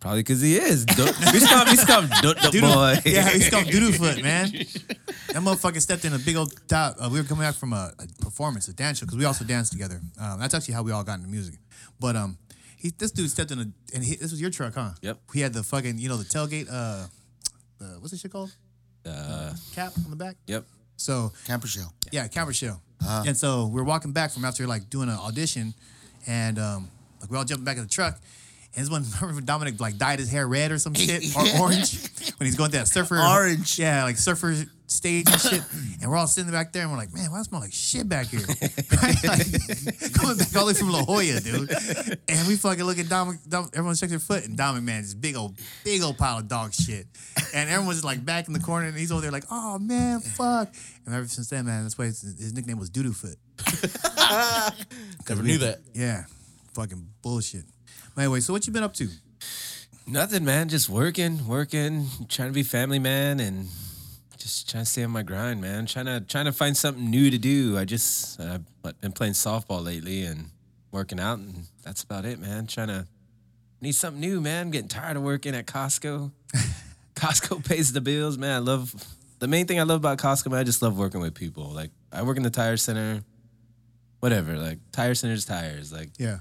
Speaker 5: probably because he is (laughs) Du- we stop we stop the
Speaker 1: Doodle-
Speaker 5: boy
Speaker 1: (laughs) Yeah, he's called Doodoo Foot, man. That motherfucker stepped in a big old top. Uh, we were coming back from a, a performance, a dance show, because we also danced together. Um, that's actually how we all got into music. But um, he, this dude stepped in a, and he, this was your truck, huh?
Speaker 5: Yep.
Speaker 1: He had the fucking, you know, the tailgate, uh, uh what's this shit called? Uh, cap on the back.
Speaker 5: (laughs) yep
Speaker 1: So
Speaker 4: Camper shell.
Speaker 1: yeah, camera show. And so we're walking back from after like doing an audition, and um, like we're all jumping back in the truck. And this one, (laughs) remember Dominic like dyed his hair red or some shit or orange when he's going to that surfer
Speaker 4: Orange.
Speaker 1: yeah, like surfer stage and (coughs) shit. and we're all sitting back there and we're like, man, why does it smell like shit back here? (laughs) right? Like, coming back all the way from La Jolla, dude. And we fucking look at Dominic, Dom, everyone checks their foot, and Dominic, man, this big old, big old pile of dog shit. And everyone's like back in the corner, and he's over there like, oh man, fuck. And ever since then, man, that's why his, his nickname was Doodoo Foot.
Speaker 2: Never knew that.
Speaker 1: Yeah, fucking bullshit. But anyway, so what you been up to?
Speaker 5: nothing man just working working trying to be family man and just trying to stay on my grind, man. Trying to trying to find something new to do. I just I've been playing softball lately and working out, and that's about it, man. Trying to need something new, man. I'm getting tired of working at Costco. Costco pays the bills, man. I love the main thing I love about Costco, man. I just love working with people. Like I work in the tire center, whatever. Like tire center's tires. Like
Speaker 1: Yeah.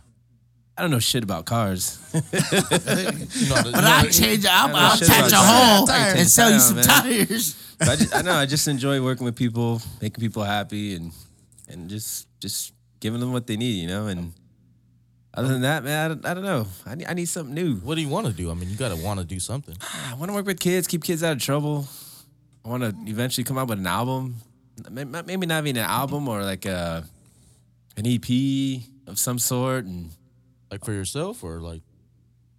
Speaker 5: I don't know shit about cars.
Speaker 2: You know, the- you
Speaker 4: But
Speaker 2: know,
Speaker 4: I'll change. I'll,
Speaker 5: that
Speaker 4: I'll
Speaker 5: shit's
Speaker 4: touch a
Speaker 5: like-
Speaker 4: hole
Speaker 5: Tires.
Speaker 4: and sell you some
Speaker 5: Man.
Speaker 4: tires.
Speaker 5: But I, just, I know I just enjoy working with people, making people happy, and and just just giving them what they need, you know. And other than that, man, I don't, I don't know. I need, I need something new.
Speaker 2: what do you want to do? I mean, you gotta want to do something.
Speaker 5: I want to work with kids, keep kids out of trouble. I want to eventually come out with an album, May- may- maybe not even an album or like a an EP of some sort, and
Speaker 2: Like for yourself or like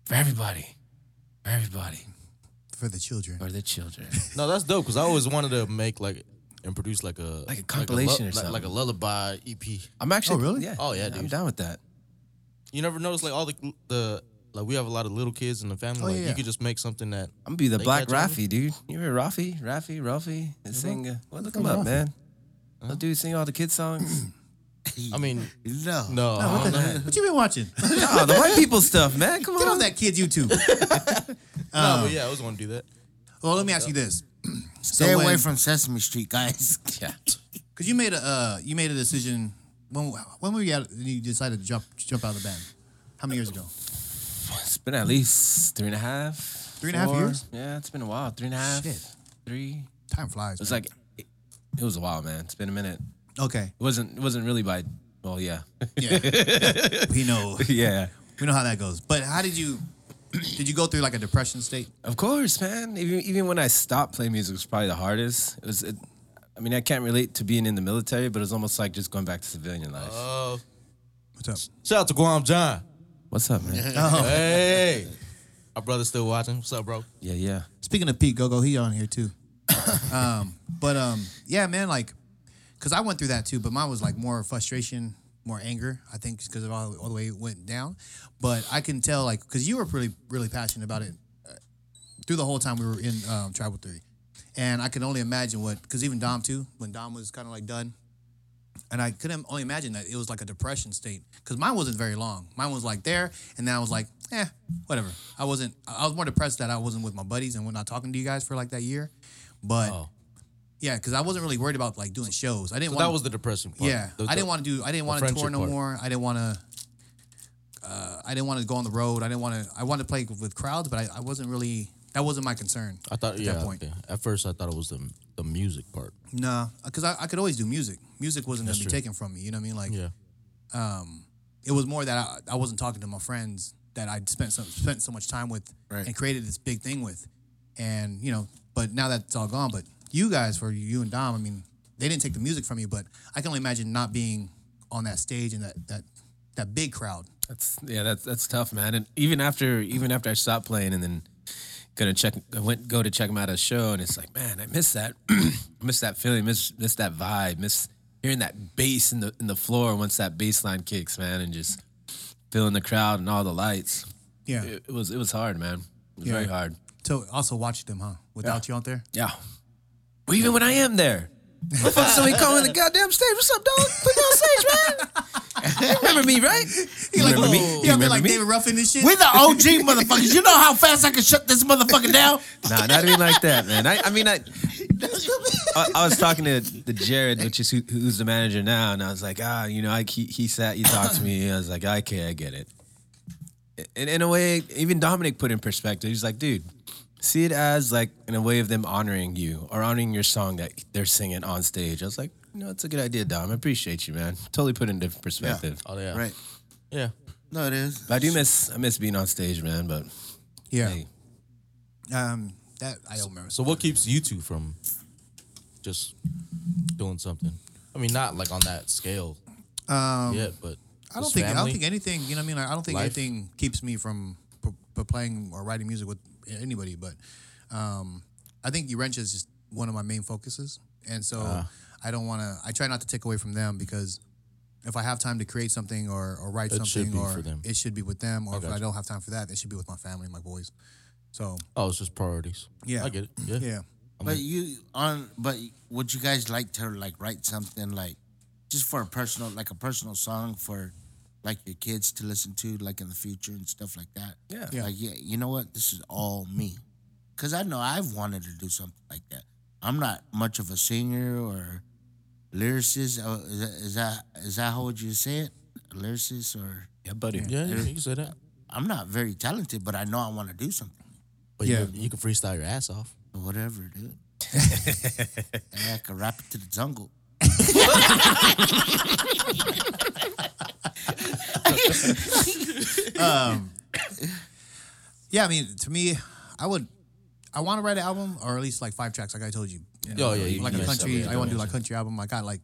Speaker 5: for everybody, for everybody,
Speaker 1: For the children.
Speaker 5: for the
Speaker 1: (laughs)
Speaker 5: children.
Speaker 2: no, that's dope. Cause I always wanted to make like and produce like a
Speaker 5: Like a compilation
Speaker 2: lu-
Speaker 5: or something.
Speaker 2: like, like a lullaby E EP.
Speaker 5: I'm actually,
Speaker 1: Oh, really?
Speaker 5: Yeah.
Speaker 2: Oh, yeah,
Speaker 5: I'm
Speaker 2: dude.
Speaker 5: down with that.
Speaker 2: You never notice like all the the like we have a lot of little kids in the family.
Speaker 1: Oh,
Speaker 2: like
Speaker 1: yeah, yeah.
Speaker 2: you could just make something that
Speaker 5: I'm gonna be the
Speaker 2: They
Speaker 5: Black
Speaker 2: catch on
Speaker 5: Rafi, dude. You remember Rafi? Rafi, Rafi, the singer. Well, look him up, man. That dude sing all the kid
Speaker 1: (clears throat)
Speaker 5: songs.
Speaker 2: I mean
Speaker 4: No.
Speaker 2: no, I don't know.
Speaker 1: What you been (laughs) watching? Get
Speaker 5: oh, the white people stuff, man. Come
Speaker 1: on
Speaker 5: on.
Speaker 1: that kid's YouTube.
Speaker 2: no, but yeah, I was gonna do that.
Speaker 1: Well, let me ask you this. (clears throat)
Speaker 4: Stay
Speaker 1: So
Speaker 4: away
Speaker 1: when-
Speaker 4: from Sesame Street, guys.
Speaker 5: Yeah.
Speaker 1: Cause you made a uh, you made a decision when when were you out, you decided to jump jump out of the band? How many years ago?
Speaker 5: It's been at least three and a half. Three
Speaker 1: and a half years?
Speaker 5: Yeah, it's been a while. Three and a half.
Speaker 1: Shit.
Speaker 5: Three. It
Speaker 1: Time flies.
Speaker 5: was
Speaker 1: man.
Speaker 5: like it, it was a while, man. It's been a minute. It
Speaker 1: okay,
Speaker 5: wasn't it wasn't really by well, yeah. (laughs)
Speaker 1: yeah, (laughs) we know
Speaker 5: yeah.
Speaker 1: we know how that goes. But how did you (clears throat) did you go through like a depression state?
Speaker 5: Of course, man. Even even when I stopped playing music was probably the hardest. It was it, I mean, I can't relate to being in the military, but it's almost like just going back to civilian life.
Speaker 2: Oh,
Speaker 1: What's up?
Speaker 2: shout out to Guam John.
Speaker 5: What's up, man?
Speaker 2: Hey, our brother's still watching. What's up, bro?
Speaker 5: yeah, yeah.
Speaker 1: Speaking of Pete Gogo, he on here too. um, but um, yeah, man, like, cause I went through that too, but mine was like more frustration, more anger. I think because of all, all the way it went down. But I can tell, like, cause you were really, really passionate about it uh, through the whole time we were in um, Tribal Theory, and I can only imagine what, cause even Dom too, when Dom was kind of like done. And I could only imagine that it was like a depression state because mine wasn't very long. Mine was like there, and then I was like, eh, whatever. I wasn't. I was more depressed that I wasn't with my buddies and we're not talking to you guys for like that year. But
Speaker 2: Oh.
Speaker 1: yeah, because I wasn't really worried about like doing shows. I didn't.
Speaker 2: So
Speaker 1: want
Speaker 2: that was the depression part.
Speaker 1: yeah,
Speaker 2: The-
Speaker 1: I didn't
Speaker 2: the-
Speaker 1: want to do. I didn't want to tour
Speaker 2: friendship
Speaker 1: no
Speaker 2: part.
Speaker 1: more. I didn't want to. Uh, I didn't want to go on the road. I didn't want to. I wanted to play with crowds, but I, I wasn't really. That wasn't my concern.
Speaker 2: I thought
Speaker 1: at
Speaker 2: yeah.
Speaker 1: that point.
Speaker 2: okay. At first, I thought it was the the music part.
Speaker 1: No, because I, I could always do music. Music wasn't going to be
Speaker 2: true.
Speaker 1: taken from me. You know what I mean? Like,
Speaker 2: Yeah.
Speaker 1: it was more that I, I wasn't talking to my friends that I'd spent so, spent so much time with and created this big thing with. And, you know, but now that's all gone. But you guys, for you and Dom, I mean, they didn't take the music from you, but I can only imagine not being on that stage and that, that, that big crowd.
Speaker 5: That's yeah, that's that's tough, man. And even after even after I stopped playing and then gonna check I went go to check him out at a show and it's like, man, I miss that (clears throat) miss that feeling, miss miss that vibe, miss hearing that bass in the in the floor once that bass line kicks, man, and just feeling the crowd and all the lights.
Speaker 1: Yeah.
Speaker 5: It, it was it was hard, man. It was very
Speaker 1: Yeah.
Speaker 5: hard.
Speaker 1: So also watch them, huh? Without you out there?
Speaker 5: Yeah. Well, even when I am there. What the fuck somebody calling the goddamn stage? What's up, dog? Put me on (laughs) stage, man. You remember me, right? You
Speaker 1: like,
Speaker 5: remember me?
Speaker 1: you
Speaker 5: Oh, You
Speaker 1: out there
Speaker 5: remember
Speaker 1: like
Speaker 5: me?
Speaker 1: David Ruffin and shit?
Speaker 4: We're the OG motherfuckers. You know how fast I can shut this motherfucker down?
Speaker 5: Nah, not even like that, man. I, I mean, I, I, I was talking to the Jared, which is who, who's the manager now, and I was like, ah, you know, I, he, he sat, he talked to me. I was like, okay, I get it. And in a way, even Dominic put in perspective. He's like, dude, see it as like in a way of them honoring you or honoring your song that they're singing on stage. I was like, no, it's a good idea, Dom. I appreciate you, man. Totally put in different perspective.
Speaker 2: Oh yeah.
Speaker 4: Right.
Speaker 2: Yeah.
Speaker 4: (laughs) No, it is.
Speaker 5: But I do miss, I miss being on stage, man. But
Speaker 1: yeah.
Speaker 5: hey,
Speaker 1: Um, that I don't remember.
Speaker 2: So what keeps you two from just doing something? I mean, not like on that scale um, yet, but
Speaker 1: I don't
Speaker 2: just
Speaker 1: think I don't
Speaker 2: family?
Speaker 1: think anything. You know what I mean? Like, I don't think
Speaker 2: Life.
Speaker 1: anything keeps me from p- p- playing or writing music with anybody. But um, I think Urentia is just one of my main focuses, and so
Speaker 2: Uh-huh.
Speaker 1: I don't want to. I try not to take away from them because if I have time to create something or, or write
Speaker 2: It should
Speaker 1: something,
Speaker 2: be
Speaker 1: or
Speaker 2: for them.
Speaker 1: it should be with them, or if I
Speaker 2: gotcha.
Speaker 1: don't have time for that, it should be with my family, my boys. So
Speaker 2: Oh, it's just priorities.
Speaker 1: Yeah.
Speaker 2: I get it. Yeah.
Speaker 1: yeah,
Speaker 2: I
Speaker 4: But you on but would you guys like to like write something like just for a personal like a personal song for like your kids to listen to like in the future and stuff like that?
Speaker 5: Yeah.
Speaker 1: Yeah.
Speaker 4: Like yeah, you know what? This is all me. Cause I know I've wanted to do something like that. I'm not much of a singer or lyricist. Uh, is, that, is that is that how would you say it? Lyricist or
Speaker 5: Yeah, buddy.
Speaker 2: Yeah, you can say that.
Speaker 4: I'm not very talented, but I know I want to do something.
Speaker 2: But
Speaker 1: Yeah.
Speaker 2: you, can- you can freestyle your ass off.
Speaker 4: Whatever, dude.
Speaker 1: (laughs)
Speaker 4: yeah, I can rap it to the jungle.
Speaker 1: Yeah, I mean, to me, I would, I want to write an album or at least like five tracks, like I told you. you
Speaker 2: Oh, yeah, you-
Speaker 1: like
Speaker 2: you
Speaker 1: a
Speaker 2: messed up,
Speaker 1: country.
Speaker 2: yeah,
Speaker 1: I want to do
Speaker 2: yeah.
Speaker 1: like country album. I got like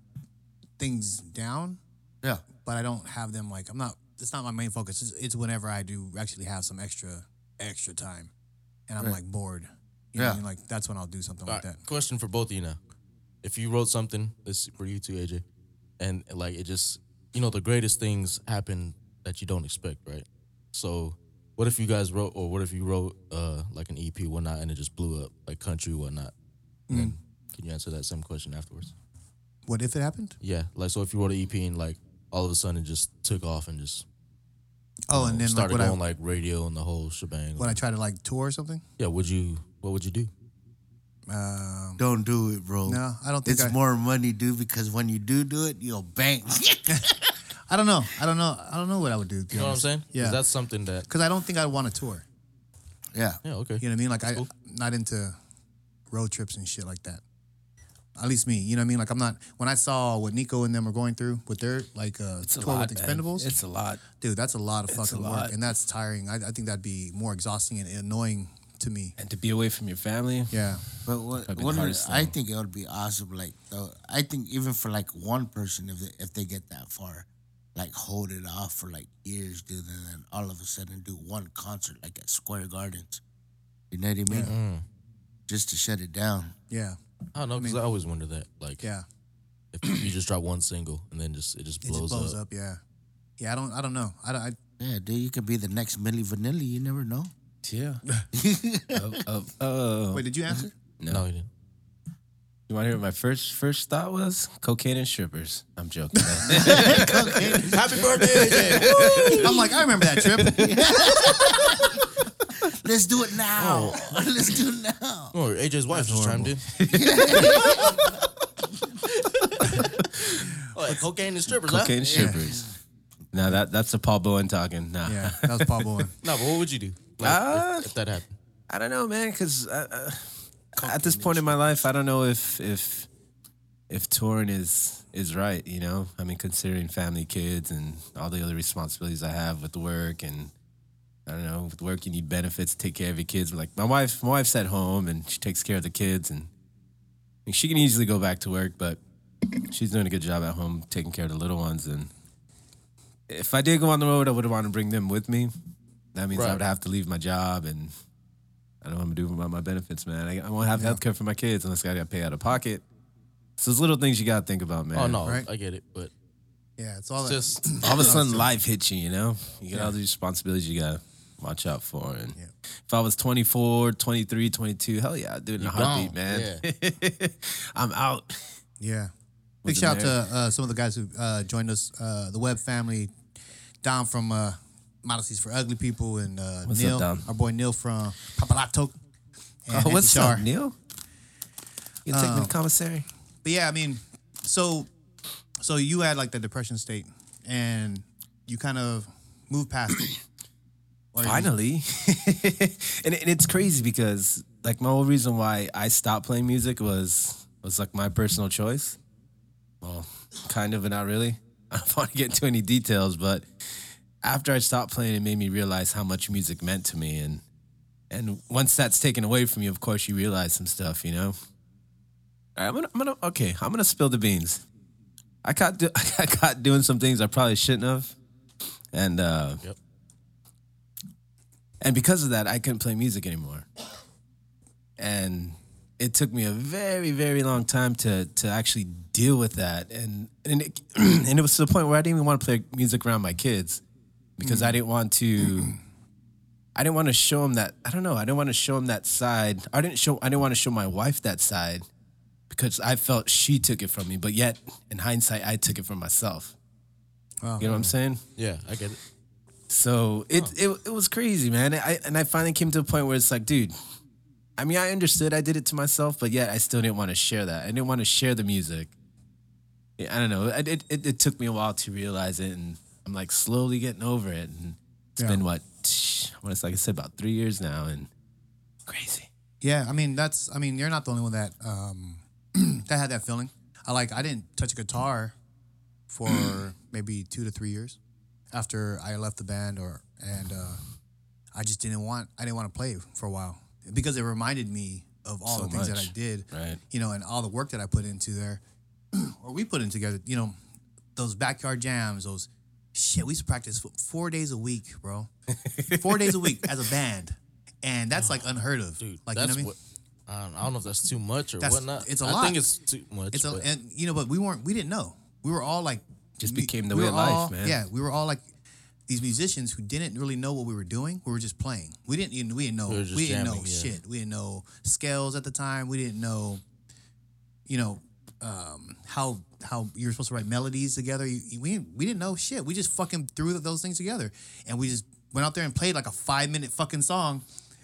Speaker 1: things down,
Speaker 4: Yeah.
Speaker 1: but I don't have them. Like I'm not. It's not my main focus. It's, it's whenever I do actually have some extra extra time, and I'm like bored. You know what I
Speaker 4: Yeah.
Speaker 1: mean? Like that's when I'll do something
Speaker 2: All
Speaker 1: like
Speaker 2: right,
Speaker 1: that.
Speaker 2: Question for both of you now. If you wrote something, this is for you too, AJ, and like it just, you know, the greatest things happen that you don't expect, right? So, what if you guys wrote, or what if you wrote uh like an EP, whatnot, and it just blew up, like country, whatnot? And then
Speaker 1: Mm.
Speaker 2: can you answer that same question afterwards?
Speaker 1: What if it happened?
Speaker 2: Yeah, like so, if you wrote an EP and like all of a sudden it just took off and just
Speaker 1: Oh,
Speaker 2: you
Speaker 1: and
Speaker 2: know,
Speaker 1: then like
Speaker 2: started
Speaker 1: what I
Speaker 2: going like radio and the whole shebang.
Speaker 1: when I try to like tour or something.
Speaker 2: yeah, would you? What would you do?
Speaker 1: Um,
Speaker 4: Don't do it, bro.
Speaker 1: no, I don't think
Speaker 4: It's
Speaker 1: I,
Speaker 4: more money, dude, because when you do do it,
Speaker 1: (laughs)
Speaker 4: you'll bank.
Speaker 1: I don't know. I don't know. I don't know what I would do. to be
Speaker 2: You know what I'm
Speaker 1: honest.
Speaker 2: saying? 'Cause
Speaker 1: Yeah.
Speaker 2: that's something that.
Speaker 1: Because I don't think I'd want to tour.
Speaker 4: yeah.
Speaker 2: Yeah. Okay.
Speaker 1: You know what I mean? Like I,
Speaker 2: cool.
Speaker 1: not into road trips and shit like that. At least me, you know what I mean? Like I'm not. When I saw what Nico and them were going through with their like uh,
Speaker 5: It's a
Speaker 1: tour
Speaker 5: lot,
Speaker 1: with
Speaker 5: man.
Speaker 1: Expendables,
Speaker 5: It's a lot.
Speaker 1: dude, that's a lot of
Speaker 5: a
Speaker 1: fucking work,
Speaker 5: lot.
Speaker 1: and that's tiring. I, I think that'd be more exhausting and annoying to me.
Speaker 5: And to be away from your family.
Speaker 1: Yeah,
Speaker 4: But what,
Speaker 5: Probably the
Speaker 4: what
Speaker 5: hardest
Speaker 4: I
Speaker 5: thing.
Speaker 4: think it would be awesome. Like, though, I think even for like one person, if they, if they get that far, like hold it off for like years, dude, and then all of a sudden do one concert like at Square Gardens. You know what I mean?
Speaker 2: Mm.
Speaker 4: Just to shut it down.
Speaker 1: yeah,
Speaker 2: I don't know because I, always wonder that. Like,
Speaker 1: yeah.
Speaker 2: if you just drop one single and then just it just
Speaker 1: It
Speaker 2: blows,
Speaker 1: just blows
Speaker 2: up.
Speaker 1: up. Yeah, yeah. I don't. I don't know. I. don't- I
Speaker 4: Yeah, dude, you could be the next Millie Vanilli. You never know.
Speaker 5: Yeah. oh, oh, oh.
Speaker 1: wait, did you answer?
Speaker 5: No.
Speaker 2: No, you
Speaker 1: (laughs)
Speaker 2: didn't.
Speaker 5: You want to hear what my first first thought was? Cocaine and strippers.
Speaker 1: (laughs)
Speaker 5: I'm joking. man.
Speaker 2: Happy birthday!
Speaker 1: I'm like, I remember that trip. (laughs)
Speaker 4: Let's do it now. (laughs) Let's do it now.
Speaker 2: oh, AJ's wife just chimed in. oh, (laughs) like cocaine and strippers. Huh?
Speaker 5: Cocaine and strippers. Now that that's the Paul Bowen talking. Nah.
Speaker 1: yeah, that was Paul Bowen.
Speaker 2: No, but what would you do like,
Speaker 5: Ah.
Speaker 2: if, if that happened?
Speaker 5: I don't know, man, because uh, at this point in my life, I don't know if if if touring is is right. You know, I mean, considering family, kids, and all the other responsibilities I have with work, and I don't know, with work you need benefits, to take care of your kids. Like my wife, my wife's at home and she takes care of the kids, and like, she can easily go back to work, but she's doing a good job at home taking care of the little ones. And if I did go on the road, I would want to bring them with me. That means I
Speaker 2: Right.
Speaker 5: would have to leave my job and I don't know what I'm doing about my benefits, man. I, I won't have health care for my kids unless I got to pay out of pocket. So there's little things you got to think about, man.
Speaker 2: oh no,
Speaker 1: right.
Speaker 2: I get it, but
Speaker 1: Yeah, it's all
Speaker 2: it's
Speaker 1: that.
Speaker 2: just
Speaker 5: All of
Speaker 2: (laughs)
Speaker 5: a sudden, life hits you, you know? You got all these responsibilities you got to watch out for. And
Speaker 1: Yeah.
Speaker 5: if I was 24, 23, 22, hell yeah, I'd do it in a heartbeat,
Speaker 2: gone.
Speaker 5: man. (laughs)
Speaker 2: (laughs)
Speaker 5: I'm out.
Speaker 1: Yeah. Big
Speaker 5: it
Speaker 1: shout out to uh, some of the guys who uh, joined us, uh, the Webb family, Dom from uh, Modesties for Ugly People, and uh,
Speaker 5: What's up,
Speaker 1: Neil,
Speaker 5: Dom?
Speaker 1: our boy Neil from Papalato. And
Speaker 5: Oh,
Speaker 1: Nancy
Speaker 5: what's
Speaker 1: Shar.
Speaker 5: up, Neil? You can take
Speaker 2: Um,
Speaker 5: me to commissary.
Speaker 1: But yeah, I mean, so so you had like the depression state, and you kind of moved past
Speaker 5: (clears throat)
Speaker 1: it. Or you-
Speaker 5: Finally. (laughs) and, and it's crazy because like my whole reason why I stopped playing music was was like my personal choice. Well, kind of, but not really. (laughs) I don't want to get into any details, but after I stopped playing, it made me realize how much music meant to me, and and once that's taken away from you, of course, you realize some stuff, you know. All right, I'm gonna, I'm gonna, okay, I'm gonna spill the beans. I caught, (laughs) do, I got caught doing some things I probably shouldn't have, and uh,
Speaker 2: Yep.
Speaker 5: and because of that, I couldn't play music anymore. And it took me a very, very long time to to actually deal with that, and and it, (clears throat) and it was to the point where I didn't even want to play music around my kids because I didn't want to (clears throat) I didn't want to show him that. I don't know. I didn't want to show him that side. I didn't show. I didn't want to show my wife that side because I felt she took it from me. But yet, in hindsight, I took it from myself. you know what I'm saying?
Speaker 2: Yeah, I get it.
Speaker 5: So it, it it was crazy, man. I and I finally came to a point where it's like, dude. I mean, I understood I did it to myself, but yet I still didn't want to share that. I didn't want to share the music. Yeah, I don't know. I- It, it it took me a while to realize it, and I'm like slowly getting over it. And it's
Speaker 1: Yeah.
Speaker 5: been what, what it's like I said, about three years now, and crazy.
Speaker 1: Yeah, I mean that's I mean you're not the only one that um (clears throat) that had that feeling. I like I didn't touch a guitar
Speaker 5: (clears throat)
Speaker 1: for maybe 2 to 3 years after I left the band or and uh I just didn't want I didn't want to play for a while because it reminded me of all
Speaker 5: So
Speaker 1: the things that
Speaker 5: much,
Speaker 1: I did,
Speaker 5: right.
Speaker 1: you know, and all the work that I put into there (clears throat) or we put in together, you know, those backyard jams, those shit, we used to practice f- 4 days a week, bro. 4 days a week as a band. And that's like unheard of.
Speaker 2: Dude,
Speaker 1: like
Speaker 2: that's
Speaker 1: you know what I mean?
Speaker 2: what I don't, I don't know if that's too much or
Speaker 1: That's-
Speaker 2: whatnot.
Speaker 1: it's a
Speaker 2: I
Speaker 1: lot.
Speaker 2: think it's too much.
Speaker 1: It's a,
Speaker 2: but
Speaker 1: and you know, but we weren't. We didn't know. We were all like,
Speaker 5: Just
Speaker 1: mu-
Speaker 5: became the
Speaker 1: we
Speaker 5: way
Speaker 1: were
Speaker 5: of life,
Speaker 1: all-
Speaker 5: man.
Speaker 1: Yeah, we were all like these musicians who didn't really know what we were doing. We were just playing. We didn't. even We didn't know.
Speaker 2: We were
Speaker 1: We,
Speaker 2: just
Speaker 1: didn't know
Speaker 2: jamming, yeah.
Speaker 1: shit. We didn't know scales at the time. We didn't know, you know, um, how how you were supposed to write melodies together. You, you- we didn't- we didn't know shit. We just fucking threw those things together, and we just went out there and played like a five minute fucking song.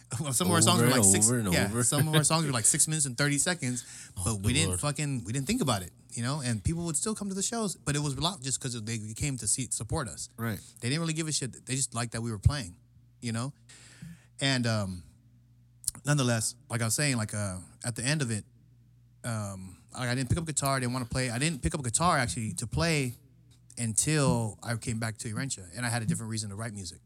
Speaker 1: (laughs) Some of our songs
Speaker 5: Over
Speaker 1: were like
Speaker 5: and
Speaker 1: six.
Speaker 5: over and
Speaker 1: yeah,
Speaker 5: over.
Speaker 1: some of our songs were like six minutes and thirty seconds, but we didn't
Speaker 2: Lord.
Speaker 1: fucking we didn't think about it, you know. And people would still come to the shows, but it was a lot just because they came to see support us.
Speaker 5: Right.
Speaker 1: They didn't really give a shit. They just liked that we were playing, you know. And um, nonetheless, like I was saying, like uh, at the end of it, um, I, I didn't pick up guitar. I didn't want to play. I didn't pick up guitar actually to play until I came back to Urantia, and I had a different reason to write music.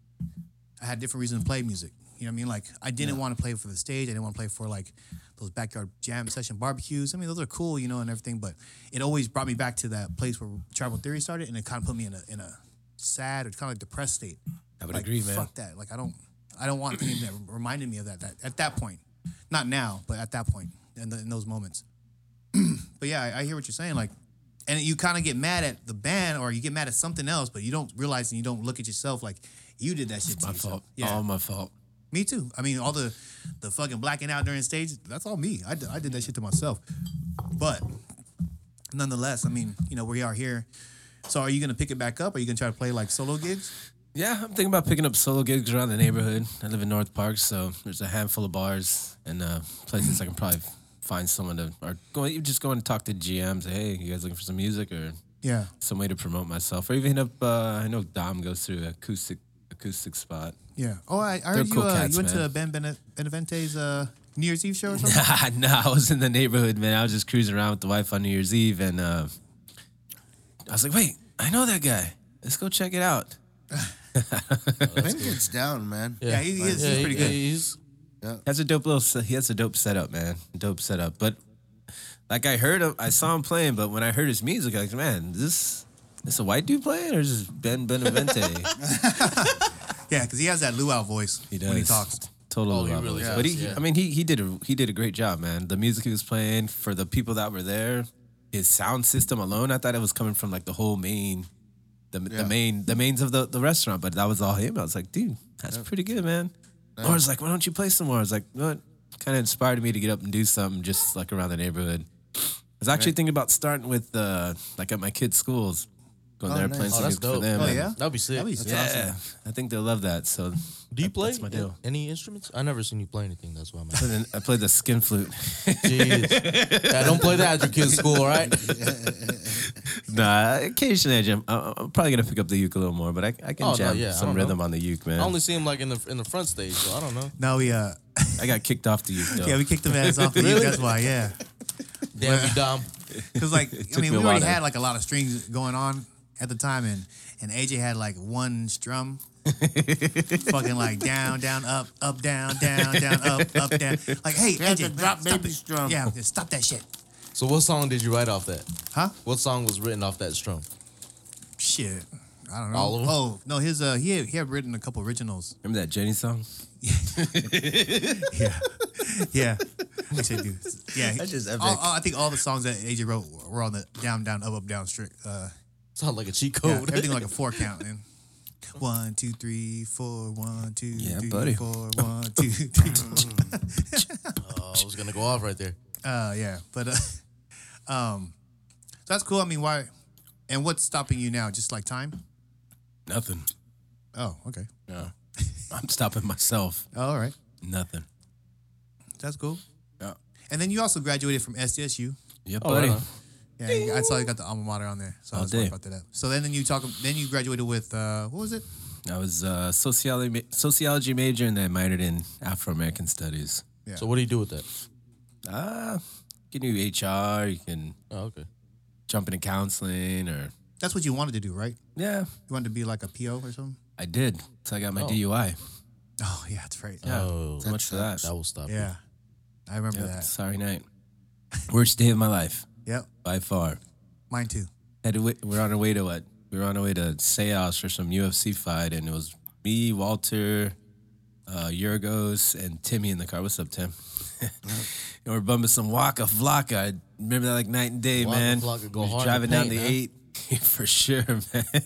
Speaker 1: I had different reason to play music. You know what I mean? Like I didn't want to play for the stage. I didn't want to play for like those backyard jam session barbecues. I mean, those are cool, you know, and everything. But it always brought me back to that place where tribal theory started, and it kind of put me in a in a sad or kind of like depressed state. I would
Speaker 5: agree, man.
Speaker 1: Fuck that. Like I don't, I don't want anything that reminded me of that. That at that point, not now, but at that point, in, the, in those moments. but yeah, I, I hear what you're saying. Like, and you kind of get mad at the band, or you get mad at something else, but you don't realize and you don't look at yourself like you did that shit. to
Speaker 5: My
Speaker 1: yourself.
Speaker 5: fault. Um,
Speaker 1: Yeah.
Speaker 5: All my fault.
Speaker 1: Me too. I mean, all the the fucking blacking out during stage, that's all me. I, d- I did that shit to myself. But nonetheless, I mean, you know, we are here. So are you going to pick it back up? Are you going to try to play like solo gigs?
Speaker 5: Yeah, I'm thinking about picking up solo gigs around the neighborhood. I live in North Park, so there's a handful of bars and uh, places I can probably find someone to, or go, you just go and talk to GM, say, hey, you guys looking for some music or
Speaker 1: Yeah.
Speaker 5: some way to promote myself? Or even hit up, uh, I know Dom goes through acoustic acoustic spot. (laughs)
Speaker 1: Yeah. Oh, I, I heard you,
Speaker 5: cool
Speaker 1: uh,
Speaker 5: cats,
Speaker 1: you went to Ben
Speaker 5: man.
Speaker 1: Bene- Benevente's uh, New Year's Eve show or
Speaker 5: (laughs)
Speaker 1: something?
Speaker 5: no, I was in the neighborhood, man. I was just cruising around with the wife on New Year's Eve, and uh, I was like, wait, I know that guy. Let's go check it out.
Speaker 4: Ben gets down, man.
Speaker 1: yeah, he, he is, he's pretty
Speaker 2: he-
Speaker 1: good.
Speaker 2: he's-
Speaker 5: That's a dope little. se- He has a dope setup, man. Dope setup. But like I heard him, I saw him playing. But when I heard his music, I was like, man, is this this a white dude playing or is this Ben Benavente?
Speaker 1: Yeah, because he has that luau voice when he talks.
Speaker 5: Total
Speaker 2: Oh, he
Speaker 5: Lovato.
Speaker 2: really
Speaker 5: But
Speaker 2: does,
Speaker 5: he,
Speaker 2: yeah.
Speaker 5: I mean, he he did a he did a great job, man. The music he was playing for the people that were there, his sound system alone, I thought it was coming from like the whole main, the, the main the mains of the, the restaurant. But that was all him. I was like, dude, that's pretty good, man. Laura's like, why don't you play some more? I was like, what? Kind of inspired me to get up and do something just like around the neighborhood. I was actually thinking about starting with uh, like at my kids' schools, going there
Speaker 4: nice.
Speaker 5: playing
Speaker 4: Oh,
Speaker 5: some
Speaker 2: that's
Speaker 5: music for
Speaker 2: dope.
Speaker 5: them.
Speaker 1: Oh,
Speaker 5: and-
Speaker 1: yeah?
Speaker 2: That'd be sick.
Speaker 1: That'd be sick.
Speaker 5: yeah. I think they'll love that. So
Speaker 2: Do you play
Speaker 5: my deal.
Speaker 2: any instruments? I never seen you play anything. That's (laughs) why I'm
Speaker 5: I
Speaker 2: asking.
Speaker 5: played the- I played the skin flute.
Speaker 2: Jeez. yeah, don't play that at your kids' school, all (laughs) right?
Speaker 5: Nah, occasionally I jam. I- I'm probably gonna pick up the uke a little more, but I, I can
Speaker 2: Oh, no,
Speaker 5: jam
Speaker 2: yeah, I
Speaker 5: some
Speaker 2: don't
Speaker 5: rhythm
Speaker 2: know.
Speaker 5: on the uke, man.
Speaker 2: I only see him like in the in the front stage, so I don't know.
Speaker 1: No, we, uh,
Speaker 5: I got kicked off the uke though.
Speaker 1: yeah, we kicked the ass off the really? That's why,
Speaker 5: (laughs)
Speaker 1: yeah.
Speaker 2: (laughs) Damn you, Dom.
Speaker 1: Because like I
Speaker 5: took
Speaker 1: mean,
Speaker 5: me
Speaker 1: we
Speaker 5: a while
Speaker 1: already
Speaker 5: to-
Speaker 1: had like a lot of strings going on at the time, and and AJ had like one strum,
Speaker 5: (laughs)
Speaker 1: fucking like down, down, up, up, down, down, down, up, up, down. Like hey,
Speaker 4: He
Speaker 1: AJ,
Speaker 4: had to
Speaker 1: man,
Speaker 4: drop
Speaker 1: stop
Speaker 4: baby
Speaker 1: it.
Speaker 4: strum.
Speaker 1: Yeah, just stop that shit.
Speaker 2: So what song did you write off that?
Speaker 1: Huh?
Speaker 2: What song was written off that strum?
Speaker 1: Shit. I don't know.
Speaker 2: All of 'em?
Speaker 1: Oh no, his uh, he had, he had written a couple
Speaker 5: (laughs)
Speaker 1: originals.
Speaker 5: Remember that Jenny song?
Speaker 1: Yeah, yeah. I said, dude. Yeah,
Speaker 5: That's just epic.
Speaker 1: All, all- I think all the songs that AJ wrote were on the down, down, up, up, down string. Uh,
Speaker 2: Sound like a cheat
Speaker 1: yeah,
Speaker 2: code. (laughs)
Speaker 1: everything like a four count. Man. One, two, three, four. One, two,
Speaker 5: Yeah,
Speaker 1: three,
Speaker 5: buddy.
Speaker 1: four. One, two, three, four. (laughs)
Speaker 2: Oh, I was gonna go off right there.
Speaker 1: Uh, yeah, but uh, (laughs) um, so that's cool. I mean, why? And what's stopping you now? Just like time?
Speaker 5: Nothing.
Speaker 1: Oh, okay.
Speaker 5: No. (laughs) I'm stopping myself.
Speaker 1: Oh, all right.
Speaker 5: Nothing.
Speaker 1: That's cool.
Speaker 5: Yeah.
Speaker 1: And then you also graduated from SDSU.
Speaker 5: Yeah,
Speaker 2: Oh,
Speaker 5: buddy.
Speaker 2: right on.
Speaker 1: Yeah, you- I saw you got the alma mater on there, so I
Speaker 5: Oh,
Speaker 1: was worried
Speaker 5: damn.
Speaker 1: about that. So then, then you talk. Then you graduated with uh, what was it?
Speaker 5: I was a sociology, ma- sociology major and I minored in Afro American studies.
Speaker 2: So what do you do with that?
Speaker 5: Ah, you can do HR, you can
Speaker 2: Oh, okay.
Speaker 5: jump into counseling or,
Speaker 1: That's what you wanted to do, right?
Speaker 5: yeah,
Speaker 1: You wanted to be like a PO or something.
Speaker 5: I did. So I got my
Speaker 2: Oh.
Speaker 5: DUI.
Speaker 1: Oh yeah, that's right.
Speaker 5: Yeah.
Speaker 2: Oh,
Speaker 5: so much for that.
Speaker 2: that will stop. you.
Speaker 1: Yeah, I remember
Speaker 5: Yeah,
Speaker 1: that.
Speaker 5: Sorry night. Worst day of my life
Speaker 1: Yep,
Speaker 5: by far.
Speaker 1: mine too.
Speaker 5: Had to wait, we're on our way to what? We were on our way to Seos for some UFC fight, and it was me, Walter, uh, Yorgos, and Timmy in the car. What's up, Tim? (laughs) and we're bumping some Waka Flocka. I remember that like night and day,
Speaker 2: Waka
Speaker 5: man.
Speaker 2: Flocka go
Speaker 5: We were
Speaker 2: hard to
Speaker 5: driving down
Speaker 2: paint,
Speaker 5: the
Speaker 2: huh?
Speaker 5: eight (laughs) for sure,
Speaker 2: (laughs)
Speaker 5: man. we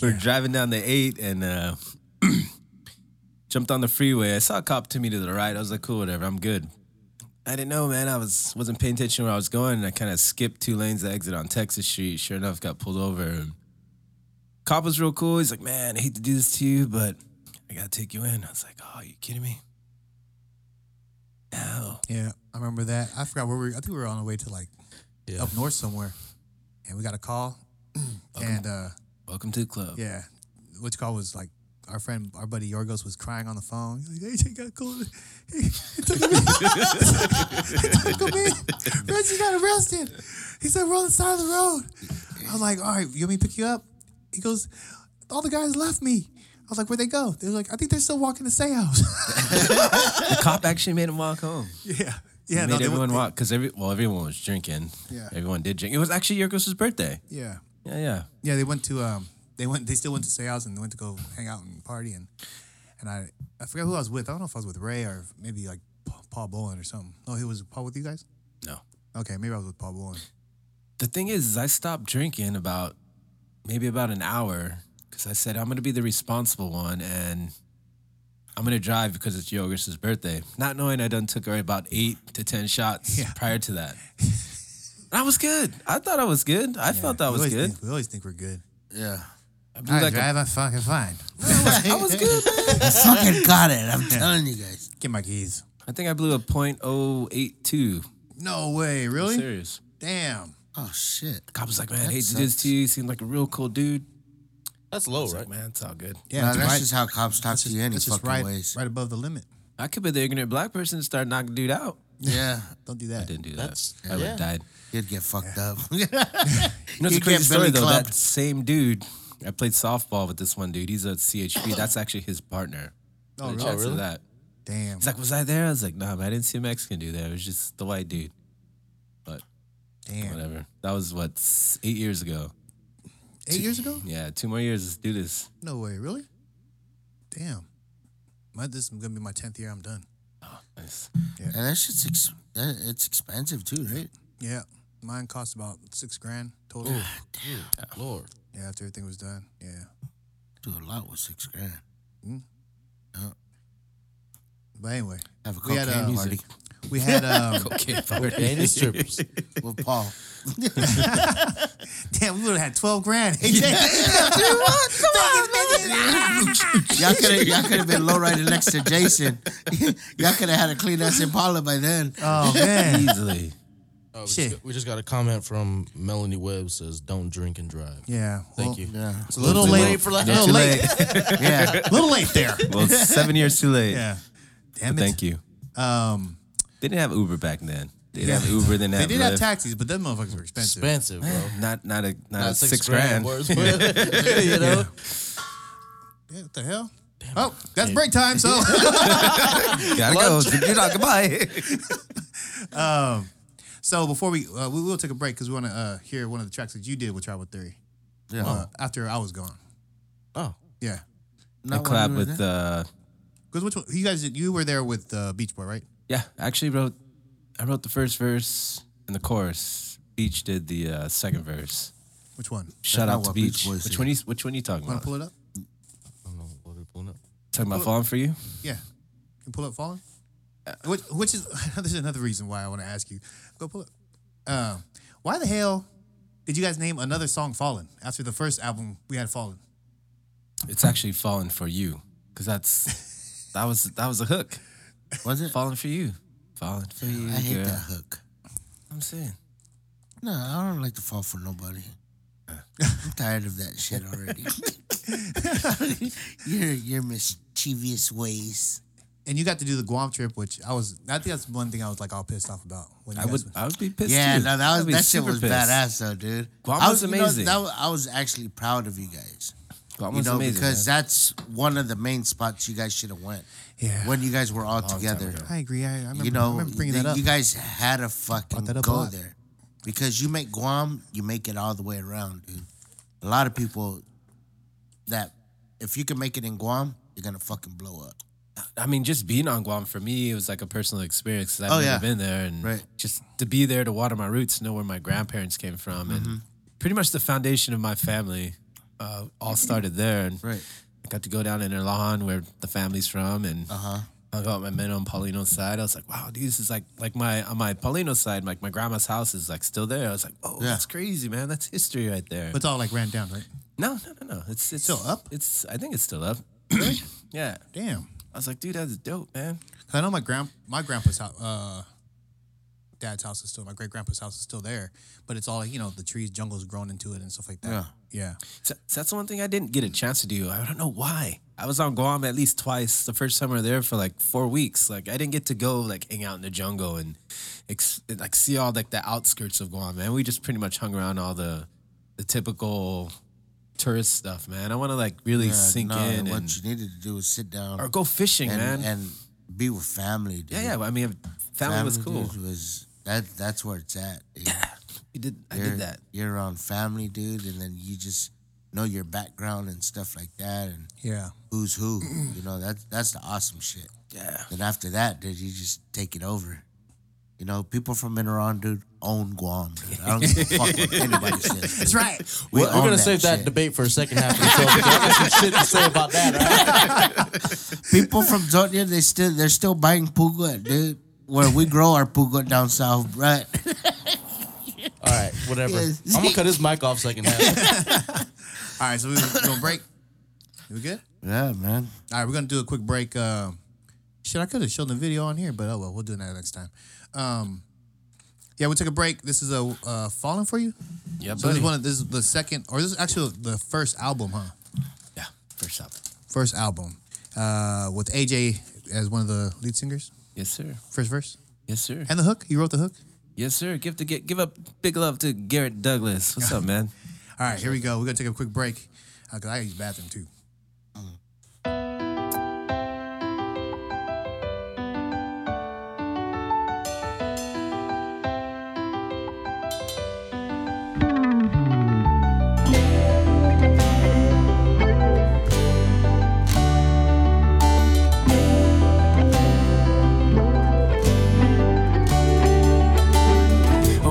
Speaker 5: we're driving down the eight, and uh, (clears throat) jumped on the freeway. I saw a cop to me to the right. I was like, cool, whatever, I'm good. I didn't know, man. I was wasn't paying attention where I was going, and I kind of skipped two lanes to exit on Texas Street. Sure enough, got pulled over. And cop was real cool. He's like, man, I hate to do this to you, but I gotta take you in. I was like, oh, you kidding me? No.
Speaker 1: Yeah, I remember that. I forgot where we. Were. I think we were on the way to like
Speaker 2: Yeah.
Speaker 1: up north somewhere, and we got a call, and uh,
Speaker 5: Welcome to the club.
Speaker 1: yeah, what you call was like. Our friend, our buddy Yorgos was crying on the phone. He's like, AJ got cool. (laughs) He, he took him in. (laughs) he took him in. Reggie got arrested. He said, we're on the side of the road. I was like, all right, you want me to pick you up? He goes, all the guys left me. I was like, where'd they go? They were like, I think they're still walking to (laughs) Seos.
Speaker 5: The cop actually made him walk home.
Speaker 1: yeah. (laughs) Yeah. no,
Speaker 5: made
Speaker 1: they went-
Speaker 5: everyone walk because every well, everyone was drinking.
Speaker 1: Yeah.
Speaker 5: Everyone did drink. It was actually Yorgos' birthday.
Speaker 1: Yeah.
Speaker 5: Yeah, yeah.
Speaker 1: Yeah, they went to um, they went they still went to Seattle's and they went to go hang out and party and and I I forgot who I was with. I don't know if I was with Ray or maybe like Pa- Paul Bowen or something. No, he was Paul with you guys.
Speaker 5: No.
Speaker 1: Okay, maybe I was with Paul Bowen.
Speaker 5: the thing is, is I stopped drinking about maybe about an hour because I said I'm going to be the responsible one and I'm going to drive because it's Yogurt's birthday, not knowing I done took already about eight to ten shots
Speaker 1: Yeah.
Speaker 5: prior
Speaker 1: (laughs)
Speaker 5: to that. I was good. I thought I was good. I felt
Speaker 1: Yeah, we
Speaker 5: that was
Speaker 1: always
Speaker 5: good.
Speaker 1: Think, we always think we're good.
Speaker 4: Yeah.
Speaker 5: I blew like a,
Speaker 1: I'm fucking fine.
Speaker 5: I was good.
Speaker 4: (laughs)
Speaker 5: Man.
Speaker 4: I fucking got it. I'm telling you guys.
Speaker 1: Get my keys.
Speaker 5: I think I blew a point oh eight two.
Speaker 1: No way, really?
Speaker 5: Serious.
Speaker 1: Damn.
Speaker 4: Oh shit.
Speaker 5: Cop was like, man, I hate to do this to you. You seem like a real cool dude.
Speaker 2: That's low, right?
Speaker 5: Like, man, it's all good.
Speaker 1: Yeah,
Speaker 4: Nah,
Speaker 1: that's,
Speaker 4: that's
Speaker 1: right.
Speaker 4: just how cops talk to you any
Speaker 1: that's just
Speaker 4: fucking
Speaker 1: right,
Speaker 4: ways.
Speaker 1: right above the limit.
Speaker 5: I could be the ignorant black person and start knocking dude out.
Speaker 4: (laughs) Yeah.
Speaker 1: Don't do that.
Speaker 5: Didn't do that.
Speaker 2: That's-
Speaker 5: I would
Speaker 2: yeah.
Speaker 5: have died.
Speaker 4: You'd get fucked (laughs) up.
Speaker 5: You know, it's
Speaker 4: You
Speaker 5: a crazy
Speaker 4: get
Speaker 5: story
Speaker 4: Billy
Speaker 5: though.
Speaker 4: clubbed.
Speaker 5: That same dude, I played softball with this one dude. He's
Speaker 1: (gasps)
Speaker 5: at CHP. That's actually his partner.
Speaker 1: Oh,
Speaker 5: I
Speaker 1: really?
Speaker 5: checked
Speaker 2: Oh,
Speaker 5: for
Speaker 2: really?
Speaker 5: That.
Speaker 1: Damn.
Speaker 5: He's like, was I there? I was like, nah, man, I didn't see a Mexican dude there. It was just the white dude. But
Speaker 1: Damn.
Speaker 5: whatever. That was what s- eight years ago.
Speaker 1: Eight years ago?
Speaker 5: Yeah, two more years. Let's do this.
Speaker 1: No way, really? Damn. My, this is gonna be my tenth year. I'm done.
Speaker 5: Nice.
Speaker 4: and that shit's ex- that, it's expensive too, right?
Speaker 1: Yeah, mine cost about six grand total.
Speaker 2: Lord, (laughs)
Speaker 1: Yeah, after everything was done. Yeah,
Speaker 4: Do a lot with six grand.
Speaker 1: but anyway,
Speaker 4: Have a
Speaker 1: We had,
Speaker 4: cocaine
Speaker 1: uh,
Speaker 4: party
Speaker 1: we
Speaker 2: (laughs)
Speaker 1: had um, (laughs)
Speaker 5: Okay, fine.
Speaker 2: and the strippers.
Speaker 4: (laughs) with Paul.
Speaker 1: damn, we would have had twelve
Speaker 2: (laughs)
Speaker 1: grand. AJ.
Speaker 4: (laughs) Y'all could have y'all could have been low riding next to Jason. (laughs) y'all could have had a clean ass Impala by then.
Speaker 1: (laughs) oh man,
Speaker 5: easily.
Speaker 2: Oh, we,
Speaker 1: Shit.
Speaker 2: Just got, we just got a comment from Melanie Webb says, "Don't drink and drive."
Speaker 1: yeah. well,
Speaker 2: Thank you.
Speaker 4: Yeah,
Speaker 1: It's a little, late. for like little late. (laughs)
Speaker 4: yeah.
Speaker 1: little late there.
Speaker 5: (laughs) Well, seven years too late.
Speaker 1: Yeah. Damn it.
Speaker 5: Thank you.
Speaker 1: Um,
Speaker 5: They didn't have Uber back then. They didn't
Speaker 1: Yeah.
Speaker 5: have Uber. They didn't
Speaker 1: they
Speaker 5: have.
Speaker 1: did have
Speaker 5: Lyft.
Speaker 1: taxis, but them motherfuckers were expensive.
Speaker 2: Expensive, bro.
Speaker 5: Not not a not, a
Speaker 2: Not
Speaker 5: Uh, six, grand. (laughs)
Speaker 2: worth, but, (laughs) you know.
Speaker 1: Yeah, what the hell? oh, that's break time.
Speaker 2: (laughs)
Speaker 1: So.
Speaker 5: Gotta go. Good
Speaker 1: (laughs)
Speaker 5: night. Goodbye.
Speaker 1: Um, So before we uh, we will take a break because we want to uh, hear one of the tracks that you did with Tribal Theory. Yeah. after I was gone.
Speaker 2: Oh,
Speaker 1: Yeah.
Speaker 4: Not
Speaker 5: and
Speaker 4: when we
Speaker 5: collab
Speaker 4: were
Speaker 5: with
Speaker 4: there.
Speaker 5: uh
Speaker 1: Because which one? You guys, did- you were there with uh, Beach Boy, right?
Speaker 5: yeah I actually wrote i wrote the first verse and the chorus beach did the uh, second verse
Speaker 1: Which one?
Speaker 5: shout
Speaker 4: not
Speaker 5: out to
Speaker 4: what Beach
Speaker 5: beach
Speaker 4: Boys
Speaker 5: which
Speaker 4: did.
Speaker 5: one you which one you talking
Speaker 1: Want to
Speaker 5: about
Speaker 1: pull it up?
Speaker 5: Talking about falling for you?
Speaker 1: Yeah. You pull up falling? Which, which is, (laughs) this is another reason why I want to ask you. Go pull up. Um, why the hell did you guys name another song Fallen after the first album we had Fallen?
Speaker 5: It's actually falling for you, because
Speaker 4: (laughs)
Speaker 5: that's that was that was a hook.
Speaker 4: Was it?
Speaker 5: Falling for you, falling for you.
Speaker 4: I hate
Speaker 5: girl.
Speaker 4: that hook.
Speaker 5: I'm saying.
Speaker 4: No, I don't like to fall for nobody. I'm tired of that shit already.
Speaker 5: (laughs)
Speaker 4: your your mischievous ways.
Speaker 1: And you got to do the Guam trip, which I was, I think that's one thing I was like all pissed off about. When you
Speaker 5: I
Speaker 1: guys
Speaker 5: would
Speaker 1: went.
Speaker 5: I would be pissed.
Speaker 4: Yeah,
Speaker 5: too.
Speaker 4: no,
Speaker 5: I
Speaker 4: that was
Speaker 5: would be
Speaker 4: that shit
Speaker 5: super
Speaker 4: was
Speaker 5: pissed.
Speaker 4: badass though, dude.
Speaker 5: Guam
Speaker 4: I
Speaker 5: was
Speaker 4: you know,
Speaker 5: amazing.
Speaker 4: that wa- I was actually proud of you guys.
Speaker 5: Guam
Speaker 4: You
Speaker 5: was
Speaker 4: know,
Speaker 5: amazing,
Speaker 4: because
Speaker 5: man.
Speaker 4: that's one of the main spots you guys should have went.
Speaker 1: Yeah.
Speaker 4: When you guys were all together.
Speaker 1: I agree. I, I remember,
Speaker 4: You
Speaker 1: I
Speaker 4: know,
Speaker 1: remember bringing
Speaker 4: th-
Speaker 1: that up.
Speaker 4: you guys had to fucking
Speaker 1: that up a
Speaker 4: go
Speaker 1: lot.
Speaker 4: there. Because you make Guam, you make it all the way around, dude. A lot of people that if you can make it in Guam, you're gonna fucking blow up.
Speaker 5: I mean, just being on Guam for me, it was like a personal experience. 'cause I've
Speaker 4: Oh,
Speaker 5: never
Speaker 4: yeah.
Speaker 5: been there, and
Speaker 4: Right.
Speaker 5: just to be there to water my roots, know where my grandparents came from,
Speaker 4: Mm-hmm.
Speaker 5: and pretty much the foundation of my family uh, all started there. And
Speaker 4: Right.
Speaker 5: I got to go down in Erlahan, where the family's from, and uh-huh. I got my men on Paulino's side. I was like, wow, dude, this is like like my on my Paulino's side, like my grandma's house is like still there. I was like, oh,
Speaker 4: Yeah.
Speaker 5: that's crazy, man. That's history right there.
Speaker 1: but it's all like ran down, right?
Speaker 5: no, no, no, no. It's it's
Speaker 1: Still up?
Speaker 5: It's I think it's still up. (clears throat) yeah.
Speaker 1: Damn.
Speaker 5: I was like, dude, that's dope, man.
Speaker 1: Cause I know my grand my grandpa's house, uh, dad's house is still my great grandpa's house is still there, but it's all like you know the trees, jungles grown into it and stuff like that. Yeah, yeah.
Speaker 5: So, so that's the one thing I didn't get a chance to do. I don't know why. I was on Guam at least twice. The first summer there for like four weeks. Like I didn't get to go like hang out in the jungle and ex- and, like see all like the outskirts of Guam. Man, we just pretty much hung around all the the typical tourist stuff. Man, I want to like really
Speaker 4: Uh,
Speaker 5: sink
Speaker 4: no,
Speaker 5: in
Speaker 4: what
Speaker 5: and,
Speaker 4: you needed to do was sit down
Speaker 5: or go fishing, man.
Speaker 4: and, and be with family, dude.
Speaker 5: yeah, yeah. I mean, family, was cool.
Speaker 4: dude, was that that's where it's at. Dude.
Speaker 5: We did. I
Speaker 4: You're-
Speaker 5: did that.
Speaker 4: You're around family, dude, and then you just know your background and stuff like that, and
Speaker 1: Yeah.
Speaker 4: who's who. you know, that's that's the awesome shit.
Speaker 5: Yeah.
Speaker 4: Then after that, dude, you just take it over. You know, people from Iran, dude, own Guam. Dude. I don't give a fuck what anybody says. dude.
Speaker 1: That's right.
Speaker 4: (laughs) We
Speaker 2: We're,
Speaker 4: own
Speaker 2: gonna save that
Speaker 4: shit.
Speaker 2: debate for a second half. of the show, 'cause I got some shit to say about that. Right?
Speaker 4: People from Zonia, they still they're still buying pugot, dude. Where we grow our pugot down south, right?
Speaker 2: All right, whatever.
Speaker 4: Yes.
Speaker 2: I'm gonna cut his mic off second half.
Speaker 1: All right, so we're gonna break. We good?
Speaker 4: Yeah, man.
Speaker 1: All right, we're gonna do a quick break. Um, shit, I could have shown the video on here, but oh well, we'll do that next time. Um, yeah, we took a break. This is a uh, falling for you. So
Speaker 5: Yeah,
Speaker 1: this
Speaker 5: buddy.
Speaker 1: is one of this is the second, or this is actually the first album, huh?
Speaker 5: yeah. First up.
Speaker 1: First album, uh, with AJ as one of the lead singers.
Speaker 5: Yes, sir.
Speaker 1: First verse.
Speaker 5: Yes, sir.
Speaker 1: And the hook? You wrote the hook?
Speaker 5: Yes, sir. Give to get give up big love to Garrett Douglas. (laughs) What's up, man?
Speaker 1: All right, here we go. We're going to take a quick break because I use bathroom too.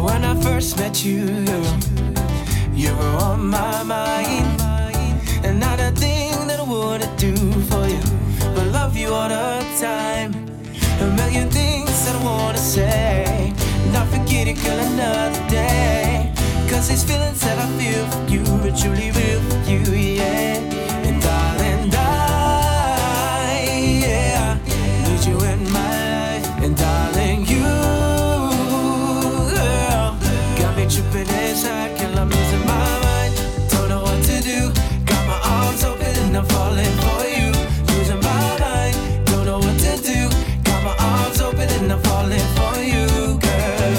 Speaker 6: When I first met you, you were- you were on my mind. And not a thing that I wouldn't do for you. But love you all the time. A million things that I wanna say. Not forget it, girl, another day. Cause these feelings that I feel for you are truly real for you, yeah. And darling, I, yeah, need you in my life. And darling, you girl. Got me tripping inside, girl, I'm losing my mind. Don't know what to do. Got my arms open and I'm falling for you. Losing my mind, don't know what to do. Got my arms open and I'm falling for you, girl.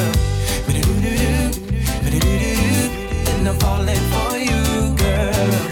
Speaker 6: Ba-da-doo-doo-doo, ba-da-doo-doo-doo, And I'm falling for you, girl.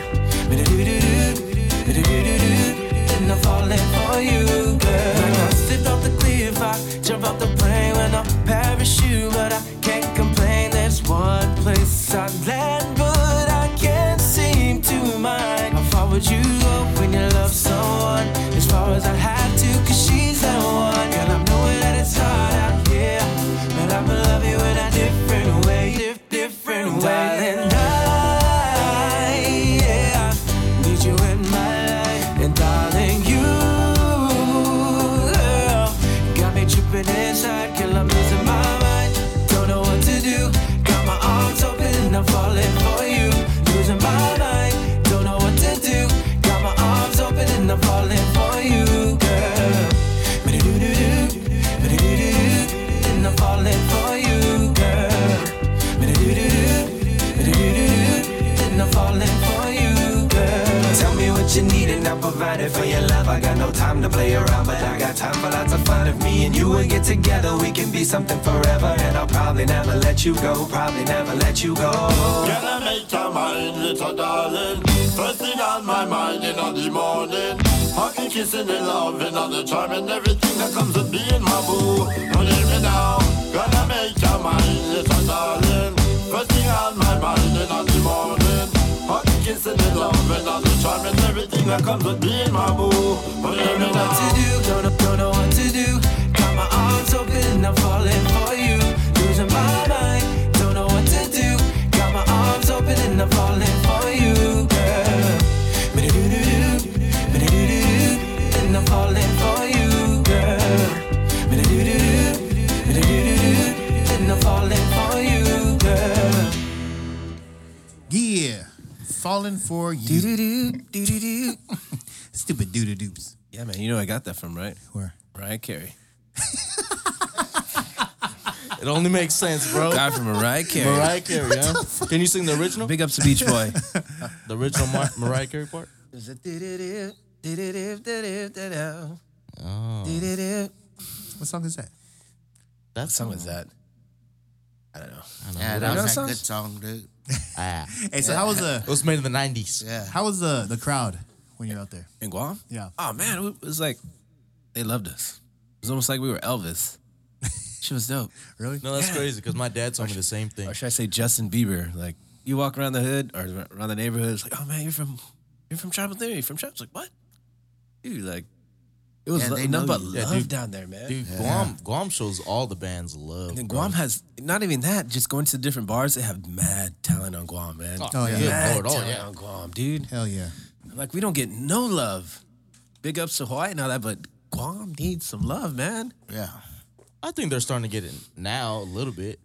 Speaker 6: everything I provided for your love. I got no time to play around, but I got time for lots of fun. If me and you would get together, we can be something forever. And I'll probably never let you go, probably never let you go.
Speaker 7: Can I make your mind, little darling? First thing on my mind in on the morning. Hugging, kissing, and loving all the time and everything that comes with being my boo. Don't leave me now. Gonna make your mind, little darling. First thing on my mind in on the morning. Hugging, kissing, and loving all the time and everything that comes with being my boo. Don't
Speaker 6: Don't
Speaker 7: leave me
Speaker 6: know what to
Speaker 7: now.
Speaker 6: do, don't know, don't know what to do. Got my arms open, I'm falling for you. Losing my mind, don't know what to do. Got my arms open and I'm falling for you, girl. Ba-da-doo-doo-doo, ba-da-doo-doo-doo, and I'm falling for you, girl. Ba-da-doo-doo-doo, ba-da-doo-doo-doo, and I'm falling for you, girl.
Speaker 1: Yeah. Falling for you.
Speaker 5: Do-do-do, do-do-do.
Speaker 1: Stupid doo doops.
Speaker 5: Yeah, man. You know I got that from right.
Speaker 1: Where?
Speaker 5: Mariah Carey.
Speaker 2: It only makes sense, bro.
Speaker 5: Guy from Mariah Carey.
Speaker 2: Mariah Carey, yeah. Can you sing the original?
Speaker 5: (laughs) Big ups to Beach
Speaker 2: (laughs)
Speaker 5: Boy.
Speaker 2: The original Mar- Mariah Carey part?
Speaker 5: There's a do-do-do, do-do-do, do-do-do,
Speaker 2: Oh.
Speaker 5: do-do-do.
Speaker 1: What song is that?
Speaker 2: That
Speaker 5: What song was that? I don't know.
Speaker 4: Yeah,
Speaker 5: know
Speaker 4: that was a
Speaker 5: songs?
Speaker 4: good song, dude.
Speaker 2: Ah.
Speaker 1: Hey, so how was the
Speaker 2: It was made in the 90s.
Speaker 4: Yeah.
Speaker 1: how was uh, the the crowd when you're out there?
Speaker 5: In Guam?
Speaker 1: Yeah.
Speaker 5: Oh man, it was like they loved us. It was almost like we were Elvis. she was dope.
Speaker 1: Really?
Speaker 2: No, that's crazy because my dad told me the same thing.
Speaker 5: Or should I say Justin Bieber? Like you walk around the hood or around the neighborhood, it's like, oh man, you're from you're from Tribal Theory, you're from Tribal. It's like what? Dude, like it was
Speaker 4: Yeah,
Speaker 5: lo-
Speaker 4: they
Speaker 5: nothing
Speaker 4: know
Speaker 5: but
Speaker 4: you.
Speaker 2: Yeah,
Speaker 5: love
Speaker 2: dude.
Speaker 5: down there, man.
Speaker 2: Dude, Guam Guam shows all the bands love.
Speaker 5: And then
Speaker 2: bro.
Speaker 5: Guam has not even that. Just going to different bars, they have mad talent on Guam, man.
Speaker 1: Oh, yeah.
Speaker 2: Good
Speaker 5: Mad
Speaker 2: Lord, oh,
Speaker 5: talent
Speaker 2: yeah.
Speaker 5: on Guam, dude.
Speaker 1: Hell yeah.
Speaker 5: Like we don't get no love. Big ups to Hawaii and all that, but Guam needs some love, man.
Speaker 4: Yeah.
Speaker 2: I think they're starting to get it now a little bit.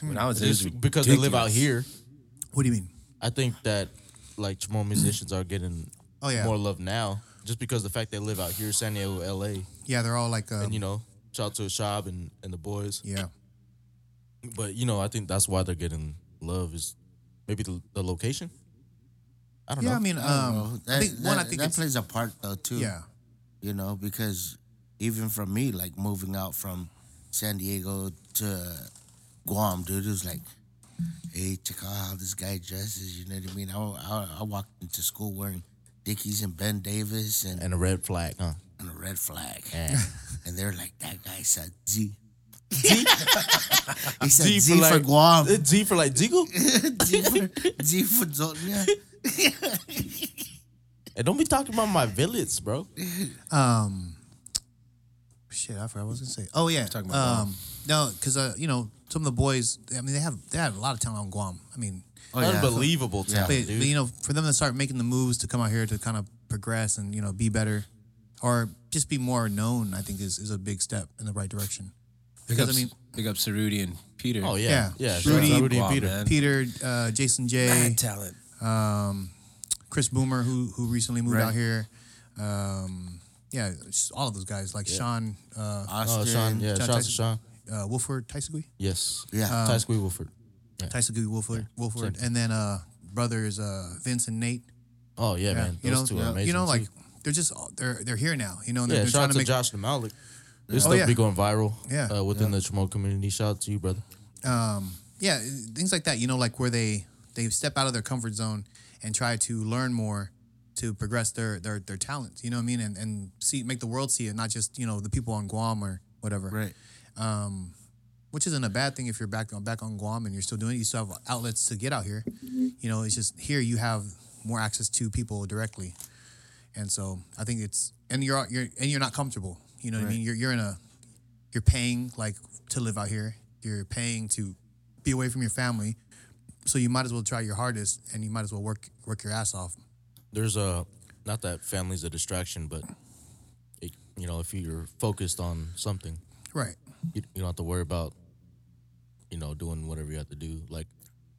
Speaker 5: When I was there, it was
Speaker 2: Just because they live out
Speaker 5: ridiculous.
Speaker 2: here.
Speaker 1: What do you mean?
Speaker 2: I think that like more musicians are getting
Speaker 1: Oh, yeah.
Speaker 2: more love now. Just because the fact they live out here, San Diego, LA.
Speaker 1: Yeah, they're all like uh
Speaker 2: And you know, shout out to Shab and, and the boys.
Speaker 1: yeah.
Speaker 2: But you know, I think that's why they're getting love is maybe the, the location. I don't
Speaker 1: Yeah,
Speaker 2: know.
Speaker 1: I mean, um,
Speaker 4: Well, that,
Speaker 1: I think one,
Speaker 4: that-
Speaker 1: I think
Speaker 4: that
Speaker 1: it's,
Speaker 4: plays a part though too.
Speaker 1: yeah,
Speaker 4: you know, because even for me, like moving out from San Diego to Guam, dude, it was like, hey, check out how this guy dresses. You know what I mean? I, I, I walked into school wearing Dickies and Ben Davis and,
Speaker 2: and a red flag, huh?
Speaker 4: and a red flag,
Speaker 2: Yeah.
Speaker 4: (laughs) and they're like, that guy said Z. (laughs) he said Z,
Speaker 2: Z for
Speaker 4: for,
Speaker 2: like-
Speaker 1: Um,
Speaker 2: (laughs)
Speaker 4: Guam,
Speaker 2: Uh, Z for like Ziegel?
Speaker 4: Z for Z for Zotnia.
Speaker 2: And don't be talking about my village, bro.
Speaker 1: um, shit, I forgot what I was gonna say. Oh yeah,
Speaker 5: Talking about
Speaker 1: um, no, because uh, you know, some of the boys, I mean, they have they have a lot of talent on Guam. I mean,
Speaker 4: Oh,
Speaker 2: Unbelievable
Speaker 4: Yeah.
Speaker 2: talent,
Speaker 1: but, but,
Speaker 2: dude.
Speaker 1: you know, for them to start making the moves to come out here to kind of progress and you know be better, or just be more known, I think is is a big step in the right direction.
Speaker 5: Big
Speaker 1: Because,
Speaker 5: ups,
Speaker 1: I mean-
Speaker 5: big ups to Rudy and Peter.
Speaker 2: oh yeah, yeah.
Speaker 1: yeah.
Speaker 2: shout out to
Speaker 1: Rudy-
Speaker 2: Rudy and
Speaker 5: Wow,
Speaker 2: Peter.
Speaker 5: man.
Speaker 1: Peter, uh, Jason J,
Speaker 5: Mad talent.
Speaker 1: Chris Boomer, who who recently moved out here. Um, yeah, just all of those guys like Sean, uh,
Speaker 2: Oh,
Speaker 4: Austin,
Speaker 2: Sean, yeah.
Speaker 1: Shout
Speaker 2: Shout out
Speaker 1: out
Speaker 2: to Sean.
Speaker 1: uh, Wolford, Tysegui,
Speaker 2: Yes.
Speaker 4: Yeah.
Speaker 2: Ty Squee Wolford.
Speaker 1: Tyson Gui Wolford, Wolford, and then uh, brothers uh, Vince and Nate.
Speaker 2: Oh yeah,
Speaker 1: Yeah,
Speaker 2: man. Those
Speaker 1: you know,
Speaker 2: two are amazing.
Speaker 1: you know, like
Speaker 2: too.
Speaker 1: they're just all- they're they're here now. You know, and they're,
Speaker 2: yeah.
Speaker 1: they're
Speaker 2: Shout out
Speaker 1: trying
Speaker 2: to,
Speaker 1: to make.
Speaker 2: Josh and Malik. This
Speaker 1: Oh,
Speaker 2: stuff
Speaker 1: yeah.
Speaker 2: be going viral.
Speaker 1: Yeah.
Speaker 2: Uh, within the Chamorro community. Shout out to you, brother.
Speaker 1: um, yeah, things like that. You know, like where they they step out of their comfort zone and try to learn more to progress their their their talents. You know what I mean? And and see make the world see it, not just you know the people on Guam or whatever.
Speaker 4: Right.
Speaker 1: Um, which isn't a bad thing if you're back on back on Guam and you're still doing it. You still have outlets to get out here. You know, it's just here you have more access to people directly, and so I think it's and you're you're and you're not comfortable. You know what I mean? You're you're in a you're paying like to live out here. You're paying to be away from your family. So you might as well try your hardest and you might as well work work your ass off.
Speaker 2: There's a not that family's a distraction, but it, you know, if you're focused on something,
Speaker 1: Right.
Speaker 2: you, you don't have to worry about you know doing whatever you have to do, like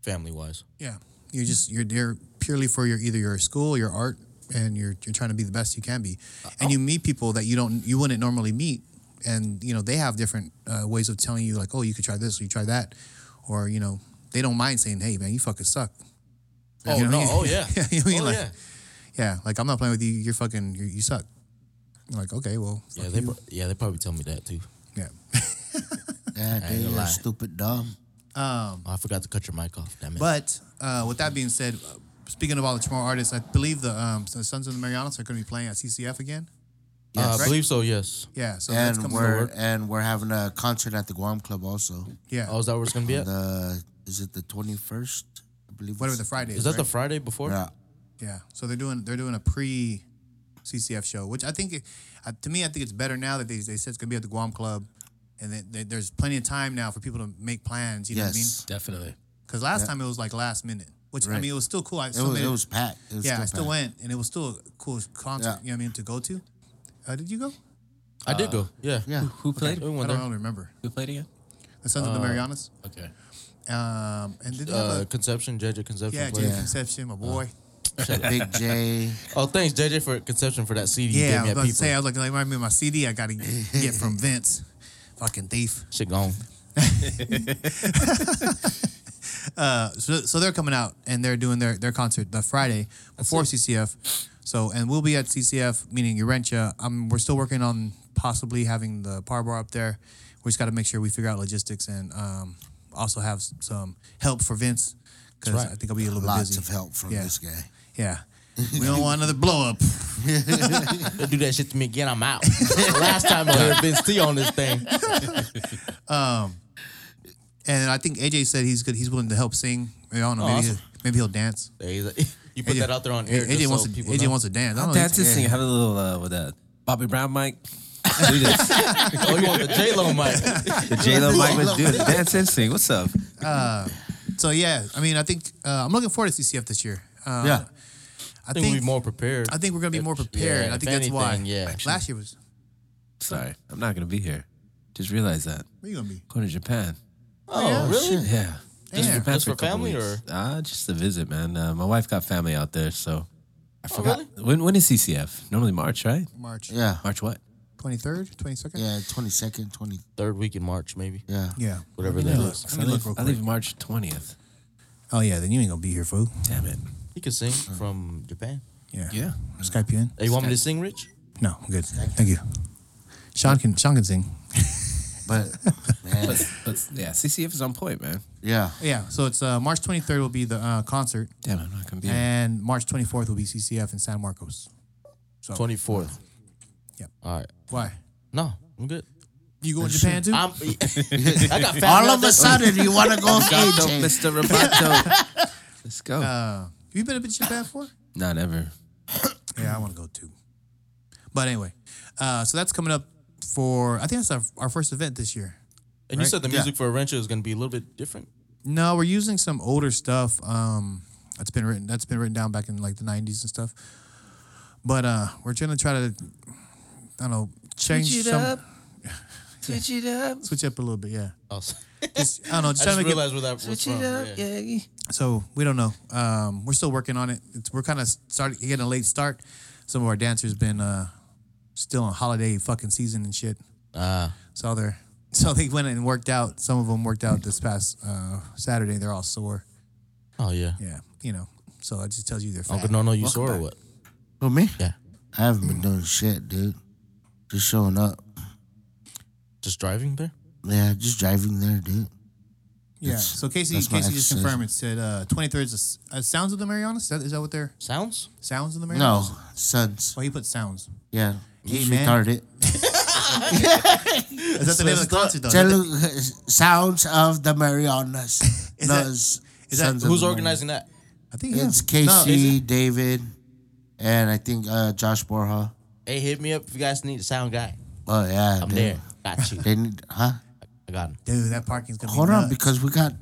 Speaker 2: family wise.
Speaker 1: Yeah. You're just you're there purely for your either your school, your art, and you're you're trying to be the best you can be. And you meet people that you don't you wouldn't normally meet, and you know they have different uh, ways of telling you like, oh, you could try this or you try that, or you know they don't mind saying, hey man, you fucking suck.
Speaker 2: Oh
Speaker 1: You know
Speaker 2: no!
Speaker 1: what I mean?
Speaker 2: Oh yeah!
Speaker 1: (laughs) You know what I mean?
Speaker 2: oh
Speaker 1: Like,
Speaker 2: yeah!
Speaker 1: yeah, like I'm not playing with you. You're fucking. You, you suck. I'm like okay, well,
Speaker 2: Yeah, they pro- yeah they probably tell me that too.
Speaker 1: yeah.
Speaker 4: God damn,
Speaker 2: gonna
Speaker 4: you're
Speaker 2: lie.
Speaker 4: stupid dumb.
Speaker 2: Oh, I forgot to cut your mic off. Damn it.
Speaker 1: But uh, with that being said, uh, speaking of all the tomorrow artists, I believe the um, the Sons of the Marianas are going to be playing at CCF again.
Speaker 2: uh, I
Speaker 1: right?
Speaker 2: believe so. Yes.
Speaker 1: Yeah, so that's
Speaker 4: And
Speaker 1: coming.
Speaker 4: we're and we're having a concert at the Guam Club also.
Speaker 1: yeah,
Speaker 2: Oh, is that where it's gonna be at?
Speaker 4: The is it the twenty first? I believe.
Speaker 1: Uh, whatever the
Speaker 4: it's-
Speaker 1: Friday is.
Speaker 2: Is that
Speaker 1: right?
Speaker 2: the Friday before?
Speaker 4: Yeah.
Speaker 1: Yeah, so they're doing they're doing a pre CCF show, which I think it, uh, to me I think it's better now that they they said it's gonna be at the Guam Club, and they, they, there's plenty of time now for people to make plans. You know what I mean?
Speaker 4: Yes.
Speaker 5: Definitely.
Speaker 1: Because last time it was like last minute, which I
Speaker 4: Right.
Speaker 1: mean it was still cool. I
Speaker 4: It
Speaker 1: still
Speaker 4: was,
Speaker 1: made
Speaker 4: it was packed. It was
Speaker 1: yeah,
Speaker 4: still
Speaker 1: I still
Speaker 4: packed.
Speaker 1: went, and it was still a cool concert.
Speaker 4: Yeah.
Speaker 1: You know what I mean to go to. Uh, did you go?
Speaker 2: I did go. Yeah.
Speaker 4: Yeah.
Speaker 5: Who played?
Speaker 2: We
Speaker 1: I
Speaker 2: went
Speaker 1: don't, I
Speaker 2: there.
Speaker 1: don't remember.
Speaker 5: Who played again?
Speaker 1: The Sons of the Marianas.
Speaker 5: Okay.
Speaker 1: Um, and did you have
Speaker 2: Uh,
Speaker 1: a,
Speaker 2: Conception, JJ Conception.
Speaker 1: yeah,
Speaker 2: played.
Speaker 1: Jay Conception, my boy.
Speaker 4: (laughs) Big
Speaker 1: (laughs)
Speaker 4: J.
Speaker 2: Oh, thanks JJ for Conception for that CD you
Speaker 1: yeah, I
Speaker 2: gave me
Speaker 1: was
Speaker 2: at
Speaker 1: about to
Speaker 2: people.
Speaker 1: say I was like, like remind me of my CD I
Speaker 2: (laughs)
Speaker 1: gotta get from Vince, fucking thief.
Speaker 2: Shit
Speaker 1: (laughs)
Speaker 2: gone.
Speaker 1: uh, so, so they're coming out and they're doing their, their concert the Friday before CCF. So and we'll be at CCF, meaning Urentia. Um, we're still working on possibly having the par bar up there. We just got to make sure we figure out logistics and um, also have s- some help for Vince because I think I'll be a little bit
Speaker 4: Lots
Speaker 1: busy.
Speaker 4: of help from
Speaker 1: Yeah.
Speaker 4: this guy. (laughs)
Speaker 1: Yeah, we don't want another blow up.
Speaker 2: Don't do that shit to me again.
Speaker 1: (laughs)
Speaker 2: I'm out. Last time I heard Vince T on this thing.
Speaker 1: And I think AJ said he's good. He's willing to help sing. I don't know.
Speaker 2: Oh,
Speaker 1: Maybe,
Speaker 2: awesome.
Speaker 1: he'll, maybe he'll dance.
Speaker 2: Hey, he's like- You put that out there on air.
Speaker 1: AJ
Speaker 2: just
Speaker 1: wants
Speaker 2: so
Speaker 1: to.
Speaker 2: people
Speaker 1: AJ
Speaker 2: know.
Speaker 1: wance to dance. I don't know,
Speaker 5: That's
Speaker 1: he's-
Speaker 5: this thing. Have a little uh, with that Bobby Brown mic. Do this.
Speaker 2: Oh, you want the J
Speaker 1: (laughs)
Speaker 2: Lo mic?
Speaker 5: The J Lo mic was doing dance and sing. What's up?
Speaker 1: So yeah, I mean, I think uh, I'm looking forward to CCF this year. Uh,
Speaker 4: Yeah.
Speaker 1: I
Speaker 2: I think
Speaker 1: think
Speaker 2: we'll be more prepared.
Speaker 1: I think we're gonna be more
Speaker 2: If-
Speaker 1: prepared.
Speaker 2: yeah,
Speaker 1: I
Speaker 2: if
Speaker 1: think that's why.
Speaker 2: anything, yeah.
Speaker 1: Last year was.
Speaker 5: Sorry, I'm not gonna be here. Just realized that.
Speaker 1: Where you gonna be?
Speaker 5: Going to Japan.
Speaker 2: Oh, really?
Speaker 5: Yeah. Just,
Speaker 1: Yeah.
Speaker 5: Japan
Speaker 2: Just
Speaker 5: for, a
Speaker 2: for
Speaker 5: couple
Speaker 2: family,
Speaker 5: weeks.
Speaker 2: or-
Speaker 5: Uh, just a visit, man. Uh, my wife got family out there, so I forgot.
Speaker 2: Oh, really?
Speaker 5: When when is CCF? Normally March, right?
Speaker 1: March
Speaker 4: Yeah.
Speaker 5: March what?
Speaker 1: 23rd, 22nd.
Speaker 4: Yeah. Twenty second. Twenty.
Speaker 2: Third week in March, maybe.
Speaker 4: Yeah.
Speaker 1: Yeah.
Speaker 2: Whatever that
Speaker 1: Look,
Speaker 2: is.
Speaker 1: let
Speaker 5: I
Speaker 1: me look
Speaker 5: leave,
Speaker 1: real
Speaker 5: I
Speaker 1: quick.
Speaker 5: leave March twentieth.
Speaker 1: Oh yeah, then you ain't gonna be here, fool.
Speaker 5: Damn it.
Speaker 2: He can sing from Japan.
Speaker 1: Yeah. Yeah. Skype you in?
Speaker 2: Hey, you want me to sing, Rich?
Speaker 1: No, I'm good. Thank you. Sean can Sean can sing.
Speaker 4: But
Speaker 1: (laughs)
Speaker 4: man,
Speaker 5: But, but yeah, CCF is on point, man.
Speaker 4: yeah.
Speaker 1: Yeah. So it's uh, March 23rd will be the uh, concert,
Speaker 5: Damn, I'm not gonna be. here.
Speaker 1: and March 24th will be CCF in San Marcos. Oh.
Speaker 2: Twenty fourth.
Speaker 1: Yep.
Speaker 2: All right.
Speaker 1: Why?
Speaker 2: No, I'm good.
Speaker 1: You going to Japan too?
Speaker 2: I'm, (laughs) I got family.
Speaker 4: All
Speaker 2: out
Speaker 4: of
Speaker 2: there.
Speaker 4: a sudden, you want to
Speaker 1: (laughs)
Speaker 4: go
Speaker 5: Gato,
Speaker 4: AJ.
Speaker 2: (laughs)
Speaker 5: Mr. Roboto. Let's go.
Speaker 2: Uh,
Speaker 1: you been to Japan before?
Speaker 5: not ever.
Speaker 1: Yeah, I want to go too. But anyway, uh, so that's coming up for I think that's our, our first event this year.
Speaker 2: And you said the music for Arentia is going to be a little bit different.
Speaker 1: No, we're using some older stuff um, that's been written that's been written down back in like the '90s and stuff. But uh, we're trying to try to I don't know change
Speaker 6: Switch it
Speaker 1: some (laughs)
Speaker 6: up. Switch it up.
Speaker 1: switch up a little bit. Yeah,
Speaker 2: Oh, s- (laughs)
Speaker 1: just,
Speaker 6: (laughs)
Speaker 1: I don't know. Just
Speaker 2: I
Speaker 1: trying to
Speaker 2: just
Speaker 1: make it,
Speaker 2: realized where that was
Speaker 6: Switch
Speaker 2: from.
Speaker 6: it up.
Speaker 2: Yeah.
Speaker 6: Yeah.
Speaker 1: so we don't know. Um, we're still working on it. It's, we're kind of starting getting a late start. Some of our dancers been uh, still on holiday fucking season and shit.
Speaker 2: Ah.
Speaker 1: So they're (laughs) so they went and worked out. Some of them worked out this past uh, Saturday. They're all sore.
Speaker 2: oh yeah.
Speaker 1: Yeah, you know. So that just tells you they're fat.
Speaker 2: Uncle No No, you saw or what?
Speaker 4: For me,
Speaker 2: Yeah.
Speaker 4: I haven't been doing shit, dude. Just showing up.
Speaker 2: Just driving there.
Speaker 4: Yeah, just driving there, dude.
Speaker 1: yeah. So Casey,
Speaker 4: that's my
Speaker 1: Casey just
Speaker 4: exercise.
Speaker 1: confirmed it said uh, 23rd is s- uh, Sounds of the Marianas. Is that, is that what they're
Speaker 2: Sounds.
Speaker 1: Sounds of the
Speaker 4: No,
Speaker 1: Marianas?
Speaker 4: sons.
Speaker 1: Well, he put Sounds.
Speaker 4: Yeah, he's
Speaker 1: man.
Speaker 4: retarded. (laughs)
Speaker 1: Is that the name of the concert though? Is that the-
Speaker 4: Tell- (laughs) sounds of the Marianas.
Speaker 1: (laughs) Is
Speaker 4: no,
Speaker 1: that-
Speaker 4: it's
Speaker 1: is that-
Speaker 4: Sons of
Speaker 2: Who's
Speaker 4: the
Speaker 2: organizing that?
Speaker 1: I think yeah.
Speaker 4: Marianas. It's
Speaker 1: No, is
Speaker 4: Casey,
Speaker 1: it-
Speaker 4: David, and I think uh, Josh Borja.
Speaker 2: Hey, hit me up if you guys need a sound guy.
Speaker 4: Oh yeah,
Speaker 2: I'm
Speaker 4: dude.
Speaker 2: there. Got you. (laughs)
Speaker 4: They need, huh?
Speaker 2: I got him.
Speaker 1: Dude, that parking's gonna
Speaker 4: Hold
Speaker 1: be
Speaker 4: on,
Speaker 1: nuts.
Speaker 4: because we got,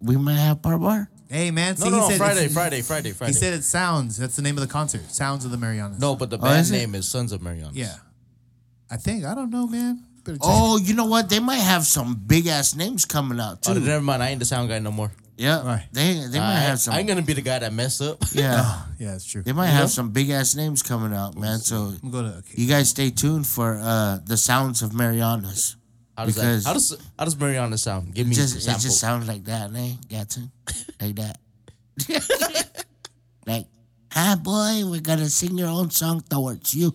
Speaker 4: we might have bar bar.
Speaker 1: Hey man, see,
Speaker 2: No, no,
Speaker 1: he
Speaker 2: no
Speaker 1: said
Speaker 2: Friday,
Speaker 1: it's-
Speaker 2: Friday, Friday, Friday.
Speaker 1: He said it sounds. That's the name of the concert. Sounds of the Marianas.
Speaker 2: no, but the band
Speaker 4: Oh, is it?
Speaker 2: name is Sons of Marianas.
Speaker 1: Yeah. I think I don't know, man. Better check.
Speaker 4: Oh, you know what? They might have some big ass names coming out
Speaker 2: Oh,
Speaker 4: too.
Speaker 2: then never mind. I ain't the sound guy no more.
Speaker 4: yeah,
Speaker 1: Right.
Speaker 4: they they might
Speaker 2: I,
Speaker 4: have some.
Speaker 2: I ain't gonna be the guy that mess up. (laughs)
Speaker 4: yeah,
Speaker 1: (laughs) yeah, it's true.
Speaker 4: they might have some big ass names coming out, man. So
Speaker 1: I'm gonna go to okay.
Speaker 4: you guys stay tuned for uh the sounds of Marianas.
Speaker 2: How does that?
Speaker 4: Because-
Speaker 2: How does how does Mariana sound? Give me
Speaker 4: Just
Speaker 2: a
Speaker 4: it
Speaker 2: sample.
Speaker 4: just
Speaker 2: (laughs)
Speaker 4: eh, sounds like that, man. Got to like that, like Hi, boy, we're gonna sing your own song towards you.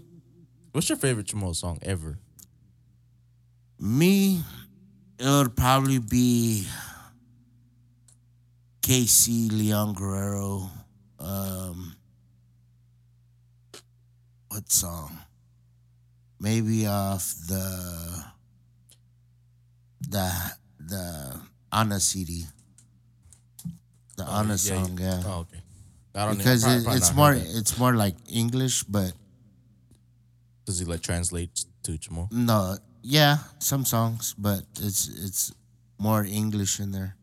Speaker 2: What's your favorite Chamorro song ever?
Speaker 4: Me, it'll probably be KC Leon Guerrero. Um, what song? Maybe off the the the Honor CD. The Honor song, yeah.
Speaker 2: Oh, okay. I don't
Speaker 4: Because
Speaker 2: know.
Speaker 4: it, it's more it's more like English, but
Speaker 2: Does he like translate to Chamorro?
Speaker 4: No, yeah, some songs, but it's it's more English in there,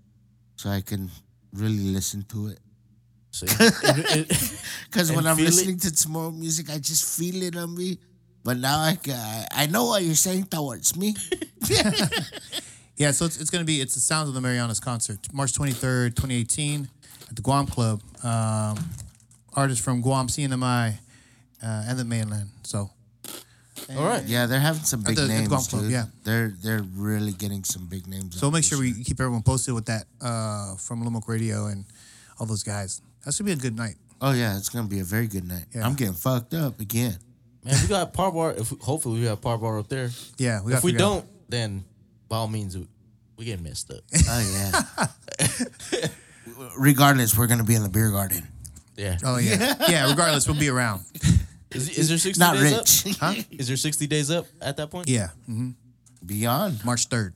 Speaker 4: so I can really listen to it. (laughs)
Speaker 2: See? It- it-
Speaker 4: Because when
Speaker 2: And
Speaker 4: I'm
Speaker 2: feel it.
Speaker 4: listening to some more music, I just feel it on me. But now I ca- I, I know what you're saying
Speaker 1: (laughs)
Speaker 4: towards me.
Speaker 1: Yeah, so it's, it's going to be it's the Sounds of the Marianas concert, March 23rd, 2018, at the Guam Club. Um, artists from Guam, CNMI, uh, and the mainland. So
Speaker 2: all right.
Speaker 4: yeah, they're having some big
Speaker 1: the- at the
Speaker 4: names,
Speaker 1: golf club,
Speaker 4: dude.
Speaker 1: yeah.
Speaker 4: they're they're really getting some big names.
Speaker 1: so
Speaker 4: out
Speaker 1: make
Speaker 4: this
Speaker 1: sure
Speaker 4: year.
Speaker 1: we keep everyone posted with that uh, from Lumok Radio and all those guys. That's going to be a good night.
Speaker 4: Oh yeah, it's gonna be a very good night.
Speaker 1: Yeah.
Speaker 4: I'm getting fucked up
Speaker 1: (laughs)
Speaker 4: again.
Speaker 2: Man, we got par bar. If hopefully we have par bar up there.
Speaker 1: Yeah, we
Speaker 2: if
Speaker 1: gotta
Speaker 2: we
Speaker 1: figure out-
Speaker 2: don't, then by all means, we, we get messed
Speaker 4: (laughs)
Speaker 2: up.
Speaker 4: Oh yeah. Regardless, we're gonna be in the beer garden.
Speaker 2: Yeah.
Speaker 1: Oh
Speaker 4: (laughs)
Speaker 1: yeah, yeah. Regardless, we'll be around.
Speaker 2: Is, is there sixty
Speaker 4: Not
Speaker 2: days
Speaker 4: rich.
Speaker 2: up? Is there sixty days up at that point?
Speaker 1: Yeah, hmm
Speaker 4: Beyond.
Speaker 1: March 3rd.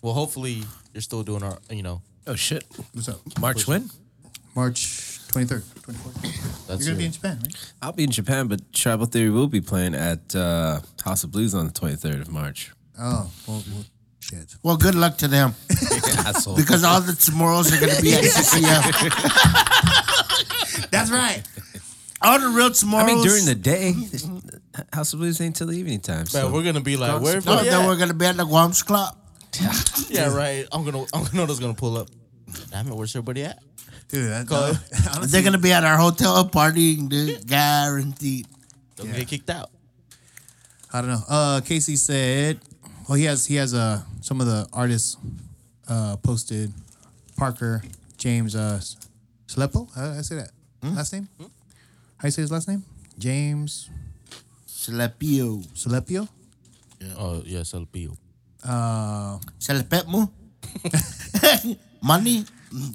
Speaker 2: Well, hopefully you're still doing our. You know,
Speaker 5: Oh shit!
Speaker 1: What's up?
Speaker 5: March when?
Speaker 1: March 23rd, 24th.
Speaker 2: that's
Speaker 1: You're gonna be
Speaker 2: it.
Speaker 1: in Japan, right?
Speaker 5: I'll be in Japan, but Tribal Theory will be playing at uh, House of Blues on the 23rd of March.
Speaker 1: Oh, well, well shit.
Speaker 4: Well, good luck to them
Speaker 5: Asshole.
Speaker 4: because all the tomorrows are going to be at CCF.
Speaker 1: That's right.
Speaker 4: All the real tomorrows.
Speaker 5: I mean, during the day, House of Blues ain't till the evening time. So.
Speaker 2: Man, we're gonna be like, where?
Speaker 4: no,
Speaker 2: everybody
Speaker 4: then
Speaker 2: at?
Speaker 4: we're going to be at the Guam's Club.
Speaker 2: Yeah, right. I'm gonna. I'm gonna. Notice gonna pull up. Damn it, where's everybody at?
Speaker 1: (laughs) Dude, that, (laughs)
Speaker 2: Call-
Speaker 1: honestly,
Speaker 4: They're going to be at our hotel partying, dude. Guaranteed.
Speaker 2: Don't get kicked out.
Speaker 1: I don't know. Uh, Casey said, well, he has he has uh some of the artists uh posted. Parker James uh Slepo. How did I say that last name? How you say his last name? James
Speaker 4: Salapio.
Speaker 1: Selepio.
Speaker 2: Oh yes, LPO.
Speaker 4: Salapetmo. (laughs) Money.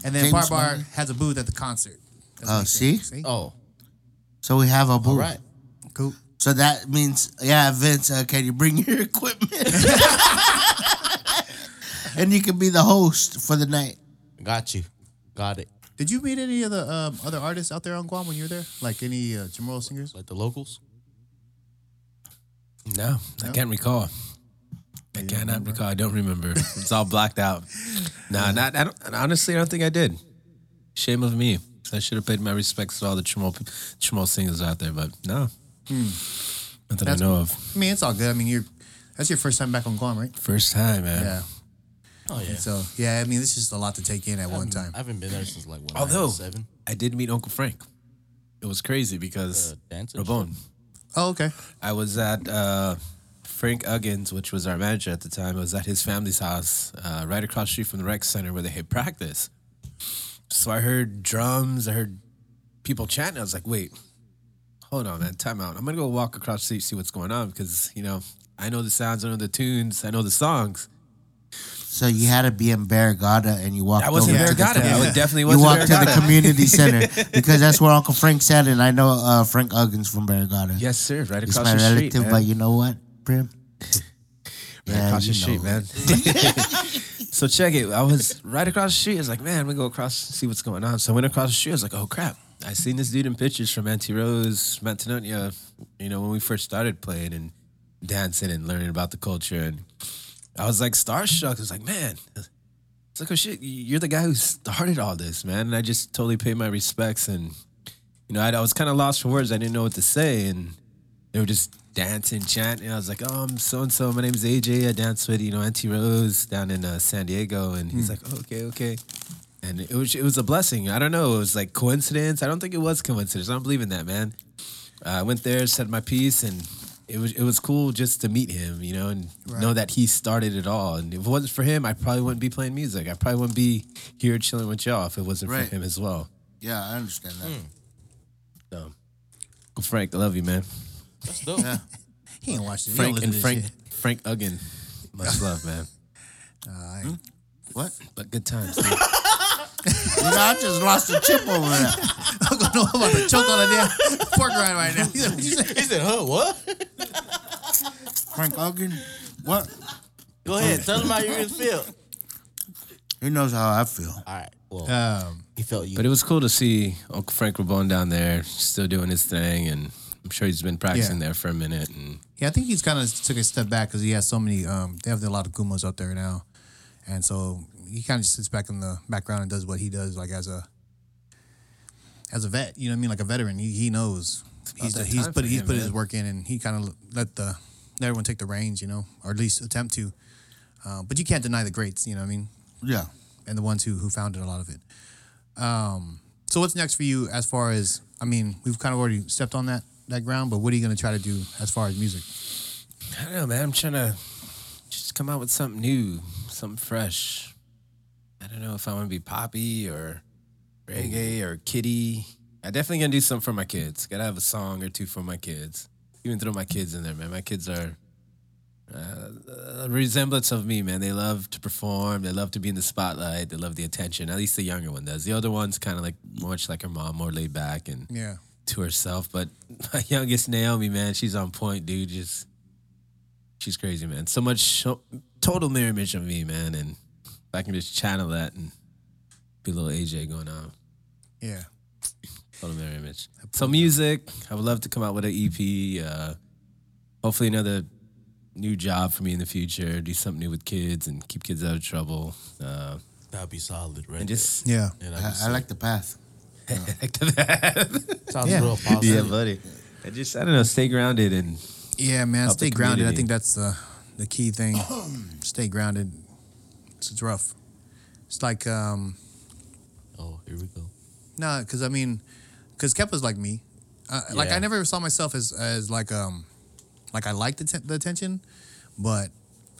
Speaker 1: And then
Speaker 4: James
Speaker 1: Bar Bar
Speaker 4: Money.
Speaker 1: has a booth at the concert. That's
Speaker 4: Oh,
Speaker 1: what he said.
Speaker 4: see?
Speaker 1: see,
Speaker 2: Oh,
Speaker 4: So we have a booth.
Speaker 2: all right.
Speaker 1: cool.
Speaker 4: So that means, yeah, Vince, uh, can you bring your (laughs) equipment? and you can be the host for the night.
Speaker 2: Got you. Got it.
Speaker 1: Did you meet any of the um, other artists out there on Guam when you were there? Like any uh, Chamorro singers?
Speaker 2: Like the locals.
Speaker 5: No, I can't recall. I cannot recall. I don't remember. It's all blacked out. Nah, not. I don't, honestly, I don't think I did. Shame of me. I should have paid my respects to all the Chamorro, pe- Chamorro singers out there, but no. Nothing
Speaker 1: That's
Speaker 5: I know of.
Speaker 1: I mean, it's all good. I mean, you're that's your first time back on Guam, right?
Speaker 5: First time, man.
Speaker 1: Yeah.
Speaker 2: Oh yeah.
Speaker 1: So yeah, I mean, it's just a lot to take in at one time.
Speaker 2: I haven't been there since like what?
Speaker 5: Although-
Speaker 2: seven.
Speaker 5: I did meet Uncle Frank. It was crazy because
Speaker 2: Uh, dancing.
Speaker 5: Rabone.
Speaker 1: Oh, okay.
Speaker 5: I was at uh, Frank Uggins, which was our manager at the time. I was at his family's house, uh, right across the street from the rec center where they had practice. So I heard drums, I heard people chanting. I was like, wait, hold on, man, time out. I'm gonna go walk across the street, see what's going on because you know I know the sounds, I know the tunes, I know the songs.
Speaker 4: So you had to be in Barragata and you walked
Speaker 5: I wasn't
Speaker 4: over to the
Speaker 5: Barragata.
Speaker 4: community-
Speaker 5: I was- definitely
Speaker 4: You
Speaker 5: wasn't
Speaker 4: walked to the
Speaker 5: Barragata.
Speaker 4: community
Speaker 5: (laughs)
Speaker 4: center because that's where Uncle Frank sat, and I know uh, Frank Uggins from Barragata.
Speaker 5: Yes, sir, right
Speaker 4: he's
Speaker 5: across
Speaker 4: my
Speaker 5: the
Speaker 4: relative,
Speaker 5: street, man.
Speaker 4: but you know what,
Speaker 5: (laughs)
Speaker 4: Prim? Yeah,
Speaker 5: across
Speaker 4: you
Speaker 5: the street,
Speaker 4: know.
Speaker 5: man. (laughs) so check it. I was right across the street. I was like, man, we go across and see what's going on. So I went across the street. I was like, oh crap. I seen this dude in pictures from Auntie Rose, Mantinonia, you know, when we first started playing and dancing and learning about the culture. And I was like starstruck. I was like, man, it's like, oh shit, you're the guy who started all this, man. And I just totally paid my respects. And, you know, I, I was kind of lost for words. I didn't know what to say. And, they were just dancing, chanting. I was like, oh, I'm so and so. My name's AJ. I dance with you know Auntie Rose down in uh, San Diego, and he's like, oh, okay, okay. And it was it was a blessing. I don't know. It was like coincidence. I don't think it was coincidence. I don't believe in that, man. Uh, I went there, said my piece, and it was it was cool just to meet him, you know, and know that he started it all. And if it wasn't for him, I probably wouldn't be playing music. I probably wouldn't be here chilling with y'all if it wasn't
Speaker 4: Right.
Speaker 5: for him as well.
Speaker 4: Yeah, I understand that.
Speaker 5: Hmm. So Uncle Frank, I love you, man.
Speaker 2: That's dope.
Speaker 1: He ain't watch this. He don't
Speaker 5: Frank
Speaker 1: listen
Speaker 5: and
Speaker 1: to this
Speaker 5: Frank
Speaker 1: shit.
Speaker 5: Frank Uggan. Much
Speaker 1: (laughs)
Speaker 5: love, man. Hmm?
Speaker 4: What?
Speaker 5: But good times.
Speaker 4: You know, (laughs) I just lost a chip over
Speaker 1: (laughs)
Speaker 4: there.
Speaker 1: Uncle Noah about to choke on a damn pork rind right
Speaker 4: (laughs)
Speaker 1: now. He said, "What you say?"
Speaker 2: He said, huh, what?
Speaker 4: Frank Ogan. What?
Speaker 2: Go ahead. Tell him how you really feel.
Speaker 4: He knows how I feel.
Speaker 2: (laughs) All right. Well,
Speaker 1: Um,
Speaker 2: he felt you.
Speaker 5: But it was cool to see Uncle Frank Rabone down there, still doing his thing, and I'm sure he's been practicing
Speaker 1: Yeah.
Speaker 5: there for a minute. And
Speaker 1: yeah, I think he's kind of took a step back because he has so many. Um, they have a lot of Kumos out there now, and so he kind of just sits back in the background and does what he does, like as a as a vet. You know what I mean? Like a veteran, he he knows. He's
Speaker 5: that
Speaker 1: he's
Speaker 5: time
Speaker 1: put
Speaker 5: for
Speaker 1: he's
Speaker 5: him,
Speaker 1: put his
Speaker 5: man.
Speaker 1: work in, and he kind of let the let everyone take the reins, you know, or at least attempt to. Uh, but you can't deny the greats, you know what I mean?
Speaker 4: Yeah.
Speaker 1: and the ones who who founded a lot of it. Um, so what's next for you as far as I mean, we've kind of already stepped on that that ground, but what are you going to try to do as far as music?
Speaker 5: I don't know, man. I'm trying to just come out with something new, something fresh. I don't know if I want to be poppy or reggae or kitty. I definitely gonna do something for my kids. Gotta have a song or two for my kids. Even throw my kids in there, man. My kids are uh, a resemblance of me, man. They love to perform. They love to be in the spotlight. They love the attention. At least the younger one does. The older one's kind of like much like her mom, more laid back and
Speaker 1: Yeah,
Speaker 5: to herself. But (laughs) my youngest Naomi, man, she's on point, dude. Just she's crazy, man. So much so- total mirror image of me, man. And if I can just channel that and be a little AJ going on.
Speaker 1: yeah,
Speaker 5: Total mirror image. So music, I would love to come out with an EP. Uh, hopefully another new job for me in the future. Do something new with kids and keep kids out of trouble. Uh,
Speaker 2: That'd be solid, right?
Speaker 5: and just (laughs)
Speaker 1: yeah.
Speaker 2: there. yeah,
Speaker 4: I,
Speaker 2: that'd
Speaker 4: I like the path.
Speaker 2: be, sounds
Speaker 1: Yeah.
Speaker 2: real positive.
Speaker 5: buddy. I just I don't know, stay grounded and
Speaker 1: Yeah, man,
Speaker 5: Help the
Speaker 1: stay grounded. I
Speaker 5: community.
Speaker 1: think that's the the key thing. stay grounded. It's, it's rough. It's like um
Speaker 2: Oh, here we go.
Speaker 1: no, because I mean, because Kepa's like me. Uh, Like
Speaker 2: Yeah.
Speaker 1: I never saw myself as as like um like I like the, t- the attention, but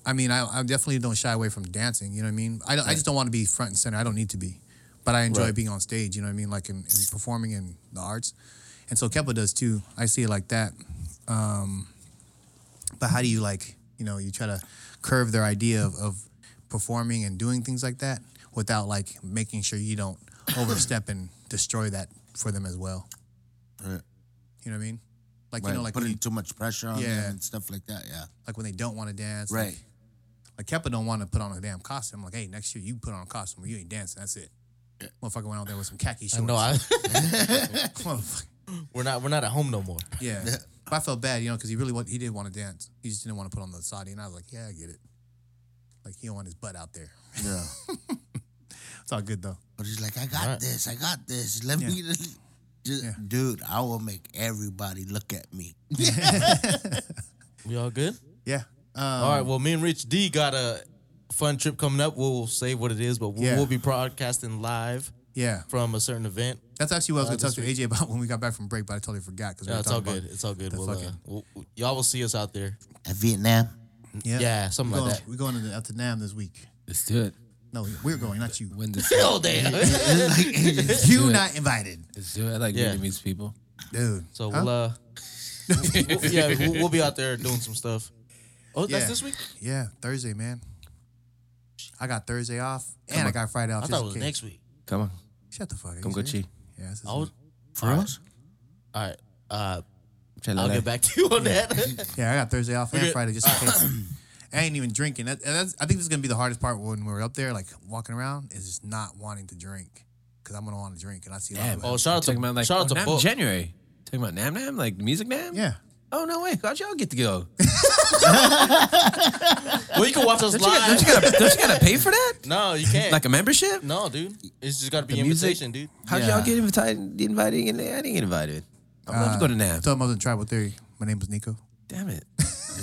Speaker 1: I mean I, I definitely don't shy away from dancing. You know what I mean? I, don't- I just don't want to be front and center. I don't need to be, but I enjoy
Speaker 2: Right.
Speaker 1: being on stage. You know what I mean? Like in, in performing in the arts, and so Kepa does too. I see it like that. Um, but how do you like you know you try to curve their idea of, of performing and doing things like that without like making sure you
Speaker 4: (coughs)
Speaker 1: don't overstep and destroy that for them as well.
Speaker 4: Right.
Speaker 1: You know what I mean? Like
Speaker 4: Right.
Speaker 1: you know like when
Speaker 4: putting
Speaker 1: you-
Speaker 4: too much pressure on
Speaker 1: Yeah.
Speaker 4: them and stuff like that. Yeah.
Speaker 1: like when they don't want to dance.
Speaker 4: Right.
Speaker 1: Like, like Kepa don't want to put on a damn costume. Like, hey, next year you put on a costume. You ain't dancing. That's it. Motherfucker went out there with some khaki shorts.
Speaker 2: (laughs) No,
Speaker 1: (laughs)
Speaker 2: I,
Speaker 1: Motherfucker.
Speaker 2: (laughs) we're not we're not at home no more.
Speaker 1: yeah. But I felt bad, you know, because he really wa- he did want to dance. He just didn't want to put on the Saudi, and I was like, yeah, I get it. Like he don't want his butt out there.
Speaker 4: Yeah.
Speaker 1: (laughs) It's all good though.
Speaker 4: But he's like, I got
Speaker 2: Right.
Speaker 4: this. I got this. Let
Speaker 1: Yeah.
Speaker 4: me. (laughs) Just,
Speaker 1: Yeah.
Speaker 4: Dude, I will make everybody look at me.
Speaker 2: We all good?
Speaker 1: Yeah. Um,
Speaker 2: all right. Well, me and Rich D got a fun trip coming up. We'll say what it is, but we'll,
Speaker 1: Yeah.
Speaker 2: we'll be broadcasting live
Speaker 1: Yeah.
Speaker 2: from a certain event.
Speaker 1: That's actually what I was going to
Speaker 2: this
Speaker 1: talk to AJ about (laughs) when we got back from break, but I totally forgot because we
Speaker 2: No,
Speaker 1: were
Speaker 2: it's all
Speaker 1: talking
Speaker 2: good.
Speaker 1: about
Speaker 2: It's all good.
Speaker 1: the
Speaker 2: We'll, uh,
Speaker 1: fucking-
Speaker 2: we'll, y'all will see us out there.
Speaker 4: At Vietnam.
Speaker 1: yeah.
Speaker 2: Yeah, something
Speaker 1: We're
Speaker 2: like
Speaker 1: going,
Speaker 2: that.
Speaker 1: we're going to the, up to Nam this week.
Speaker 5: let's do it.
Speaker 1: No, we're going, not you. (laughs)
Speaker 5: When this
Speaker 2: Oh damn!
Speaker 1: you not invited,
Speaker 5: let's do it. I like
Speaker 2: Yeah.
Speaker 5: Vietnamese people.
Speaker 1: dude.
Speaker 2: So we'll uh, we'll- yeah, we'll, we'll be out there doing some stuff. Oh, that's
Speaker 1: Yeah.
Speaker 2: this week.
Speaker 1: Yeah, Thursday, man. I got Thursday off and I got Friday off.
Speaker 2: I
Speaker 1: just
Speaker 2: thought it
Speaker 1: in
Speaker 2: was
Speaker 1: case.
Speaker 2: next week.
Speaker 5: Come on.
Speaker 1: Shut the fuck up.
Speaker 5: Come
Speaker 1: you
Speaker 5: go
Speaker 1: serious?
Speaker 5: check.
Speaker 1: Yeah, it's this
Speaker 2: I was,
Speaker 1: week.
Speaker 4: For us?
Speaker 2: all right. Uh,
Speaker 5: Tell
Speaker 2: I'll
Speaker 5: her
Speaker 2: get
Speaker 5: that.
Speaker 2: back to you on that.
Speaker 1: (laughs) yeah, I got Thursday off and
Speaker 2: Okay.
Speaker 1: Friday just in case. I ain't even drinking. That, and that's, I think this is gonna be the hardest part when we're up there, like walking around, is just not wanting to drink because I'm gonna want to drink, and I see. a lot of-
Speaker 2: oh, shout out to
Speaker 5: Talking about like
Speaker 2: shout out
Speaker 5: oh,
Speaker 2: to
Speaker 5: Nam-
Speaker 2: Book.
Speaker 5: January. Talking about Nam Nam, like music Nam.
Speaker 1: yeah,
Speaker 5: Oh no way! How'd y'all get
Speaker 2: (laughs)
Speaker 5: to go?
Speaker 2: Well, you can watch
Speaker 5: (laughs)
Speaker 2: us
Speaker 5: Don't you, gotta, don't,
Speaker 2: live.
Speaker 5: you gotta, don't you gotta pay
Speaker 2: (laughs)
Speaker 5: for that?
Speaker 2: No, you can't.
Speaker 5: Like a membership?
Speaker 2: no, dude. It's just got to be
Speaker 5: The music-
Speaker 2: invitation, dude.
Speaker 5: How'd
Speaker 4: Yeah.
Speaker 5: y'all get invited? Invited? in there? I didn't get invited. I'd love
Speaker 2: Uh,
Speaker 5: to go to
Speaker 1: I
Speaker 5: Nam.
Speaker 1: told him I was in tribal theory. My name was Nico. (laughs)
Speaker 2: (laughs)
Speaker 5: Damn it!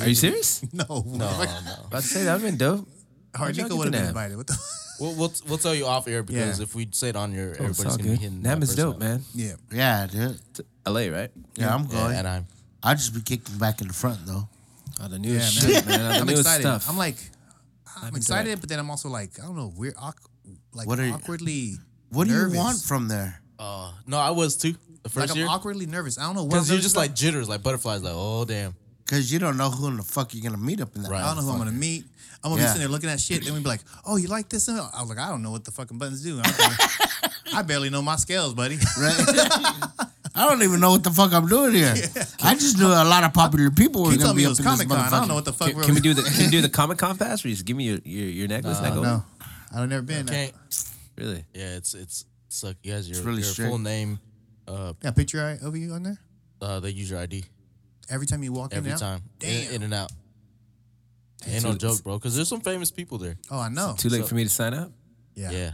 Speaker 5: Are you serious?
Speaker 1: No, (laughs)
Speaker 2: No,
Speaker 1: no.
Speaker 2: no.
Speaker 5: I'd say that'd been dope. How'd y'all
Speaker 1: Nico
Speaker 5: get
Speaker 1: would have
Speaker 5: to
Speaker 1: been
Speaker 5: Nam?
Speaker 1: invited. What the? (laughs)
Speaker 2: We'll, we'll we'll tell you off air because
Speaker 1: Yeah.
Speaker 2: if we say it on air,
Speaker 5: It's
Speaker 2: everybody's
Speaker 5: all
Speaker 2: gonna be
Speaker 5: good.
Speaker 2: hitting.
Speaker 5: Nam
Speaker 2: that
Speaker 5: is
Speaker 2: person
Speaker 5: dope,
Speaker 2: up.
Speaker 5: man.
Speaker 2: (laughs)
Speaker 1: yeah,
Speaker 4: Yeah, dude.
Speaker 5: It's LA, right?
Speaker 4: Yeah, I'm
Speaker 2: Yeah,
Speaker 4: going.
Speaker 2: and I'm
Speaker 4: I'll just be kicking back in the front, though.
Speaker 5: All Oh,
Speaker 1: yeah,
Speaker 5: the
Speaker 1: man.
Speaker 5: newest shit, man. All the
Speaker 1: I'm
Speaker 5: newest
Speaker 1: excited.
Speaker 5: stuff.
Speaker 1: I'm like, I'm
Speaker 5: into
Speaker 1: excited, but then I'm also like, I don't know, we're awk- like
Speaker 4: What are you-
Speaker 1: awkwardly.
Speaker 4: What do
Speaker 1: nervous.
Speaker 4: you want from there?
Speaker 2: uh no, I was too. The
Speaker 1: Like
Speaker 2: first
Speaker 1: I'm
Speaker 2: year,
Speaker 1: awkwardly nervous. I don't know what.
Speaker 2: because
Speaker 1: I'm
Speaker 2: you're just
Speaker 1: nervous
Speaker 2: like jitters, like butterflies, like oh damn.
Speaker 4: Because you don't know who in the fuck you're going to meet up in that.
Speaker 1: about. I don't know who I'm gonna meet. I'm gonna be
Speaker 4: Yeah.
Speaker 1: sitting there looking at shit, then we'd be like, "Oh, you like this?" And I was like, "I don't know what the fucking buttons do." I'm like,
Speaker 5: (laughs)
Speaker 1: I barely know my scales, buddy. (laughs)
Speaker 4: I don't even know what the fuck I'm doing here. I just knew a lot of popular people were
Speaker 1: you told
Speaker 4: going to
Speaker 1: me
Speaker 4: be
Speaker 1: it
Speaker 4: up
Speaker 1: was
Speaker 4: in this
Speaker 1: Comic Con. I don't know
Speaker 4: motherfucker.
Speaker 1: what the fuck.
Speaker 5: Can,
Speaker 1: we're-
Speaker 5: can we do the
Speaker 1: (laughs)
Speaker 5: (laughs) can you do the Comic Con pass? Or you just give me your your, your necklace.
Speaker 2: Uh,
Speaker 5: and I go,
Speaker 1: No, I've never been.
Speaker 2: Okay.
Speaker 5: really?
Speaker 2: Yeah, it's it's it's like you guys, your,
Speaker 4: really
Speaker 2: your
Speaker 4: strict.
Speaker 2: full name, uh,
Speaker 1: Yeah, picture I- of you on there
Speaker 2: uh, they use your ID
Speaker 1: every time you walk in.
Speaker 2: every
Speaker 1: and out?
Speaker 2: time,
Speaker 1: Damn.
Speaker 2: In, in and out. Ain't no joke, bro. Because there's some famous people there.
Speaker 1: Oh, I know.
Speaker 5: Too late for me to sign up.
Speaker 1: Yeah.
Speaker 2: Yeah,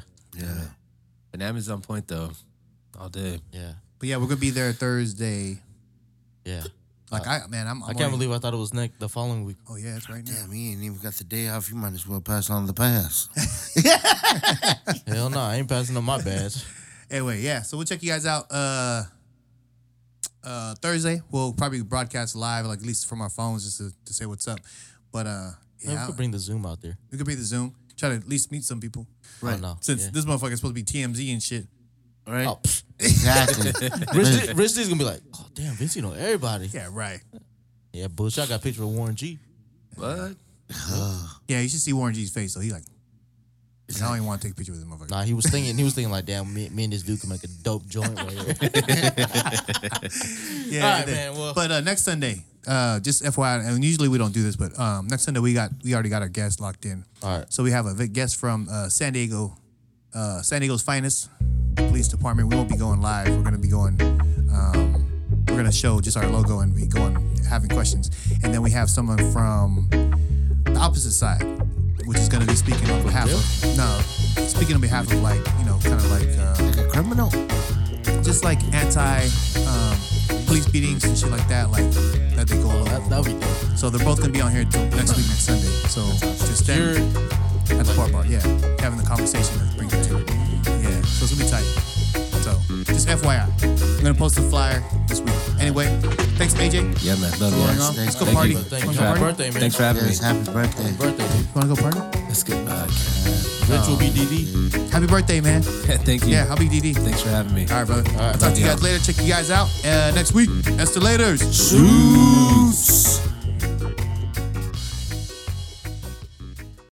Speaker 5: But Nam is on point though, all day.
Speaker 2: yeah,
Speaker 1: but yeah, we're gonna be there Thursday.
Speaker 2: yeah.
Speaker 1: Like I man, I'm. I'm
Speaker 2: Uh, I can't
Speaker 1: already-
Speaker 2: believe I thought it was next the following week.
Speaker 1: Oh yeah, it's right now.
Speaker 4: Damn, you ain't even got the day off. You might as well pass on the pass.
Speaker 2: Hell no, I ain't passing on my badge.
Speaker 1: (laughs) Anyway, yeah. So we'll check you guys out. Uh, uh, Thursday we'll probably broadcast live, like at least from our phones, just to, to say what's up. But uh,
Speaker 2: Maybe
Speaker 1: yeah,
Speaker 2: we could bring the Zoom out there.
Speaker 1: it could be the Zoom. Try to at least meet some people.
Speaker 2: Right now,
Speaker 1: Since this motherfucker is supposed to be TMZ and shit.
Speaker 4: Right?
Speaker 2: Oh,
Speaker 1: (laughs)
Speaker 2: pfft.
Speaker 4: Exactly.
Speaker 2: (laughs) Rich, Rich D's gonna be like, oh damn, Vince, you know everybody.
Speaker 1: Yeah,
Speaker 2: Yeah,
Speaker 1: right.
Speaker 2: bullshit. I got a picture of Warren G.
Speaker 5: What?
Speaker 1: Yeah, you should see Warren G's face. So he like, I don't even want to take a picture with this motherfucker.
Speaker 2: Nah, he was thinking, he was thinking like, damn, me, me and this dude can make a dope joint right here. (laughs)
Speaker 1: Yeah,
Speaker 2: All right,
Speaker 1: it is.
Speaker 2: man, well-
Speaker 1: but uh, next Sunday, uh, just FYI, and usually we don't do this, but um, next Sunday we got we already got our guest locked in.
Speaker 2: All right.
Speaker 1: So we have a vi- guest from uh, San Diego, uh, San Diego's finest police department. We won't be going live. We're gonna be going. Um, we're gonna show just our logo and be going having questions, and then we have someone from the opposite side, which is gonna be speaking on behalf of no, speaking on behalf of like you know kind of like. Uh,
Speaker 4: like a criminal.
Speaker 1: just like anti um, police beatings and shit like that, like that they go all over.
Speaker 2: That would be dope.
Speaker 1: so they're both gonna be on here until next week, next Sunday. So just
Speaker 2: You're,
Speaker 1: them at the bar bar, yeah, having the conversation and bring it to it. Yeah, so it's gonna be tight. So just FYI, I'm gonna post the flyer this week. Anyway, thanks AJ.
Speaker 5: Yeah, man.
Speaker 1: Going
Speaker 5: Love you.
Speaker 1: on. Let's go
Speaker 5: Thank
Speaker 1: party.
Speaker 5: you.
Speaker 2: thank
Speaker 1: Wanna
Speaker 2: you.
Speaker 1: go
Speaker 2: Happy
Speaker 1: party?
Speaker 2: birthday, man.
Speaker 5: Thanks for having me.
Speaker 4: Yes, happy birthday.
Speaker 2: birthday, dude.
Speaker 1: Wanna go party?
Speaker 5: Let's get back.
Speaker 2: Rich will be DD.
Speaker 1: Happy birthday, man.
Speaker 5: (laughs) Thank you.
Speaker 1: Yeah, I'll be DD.
Speaker 5: Thanks for having me.
Speaker 1: All right, brother. I'll talk to you guys later. Check you guys out uh, next week. Estilators. Suits.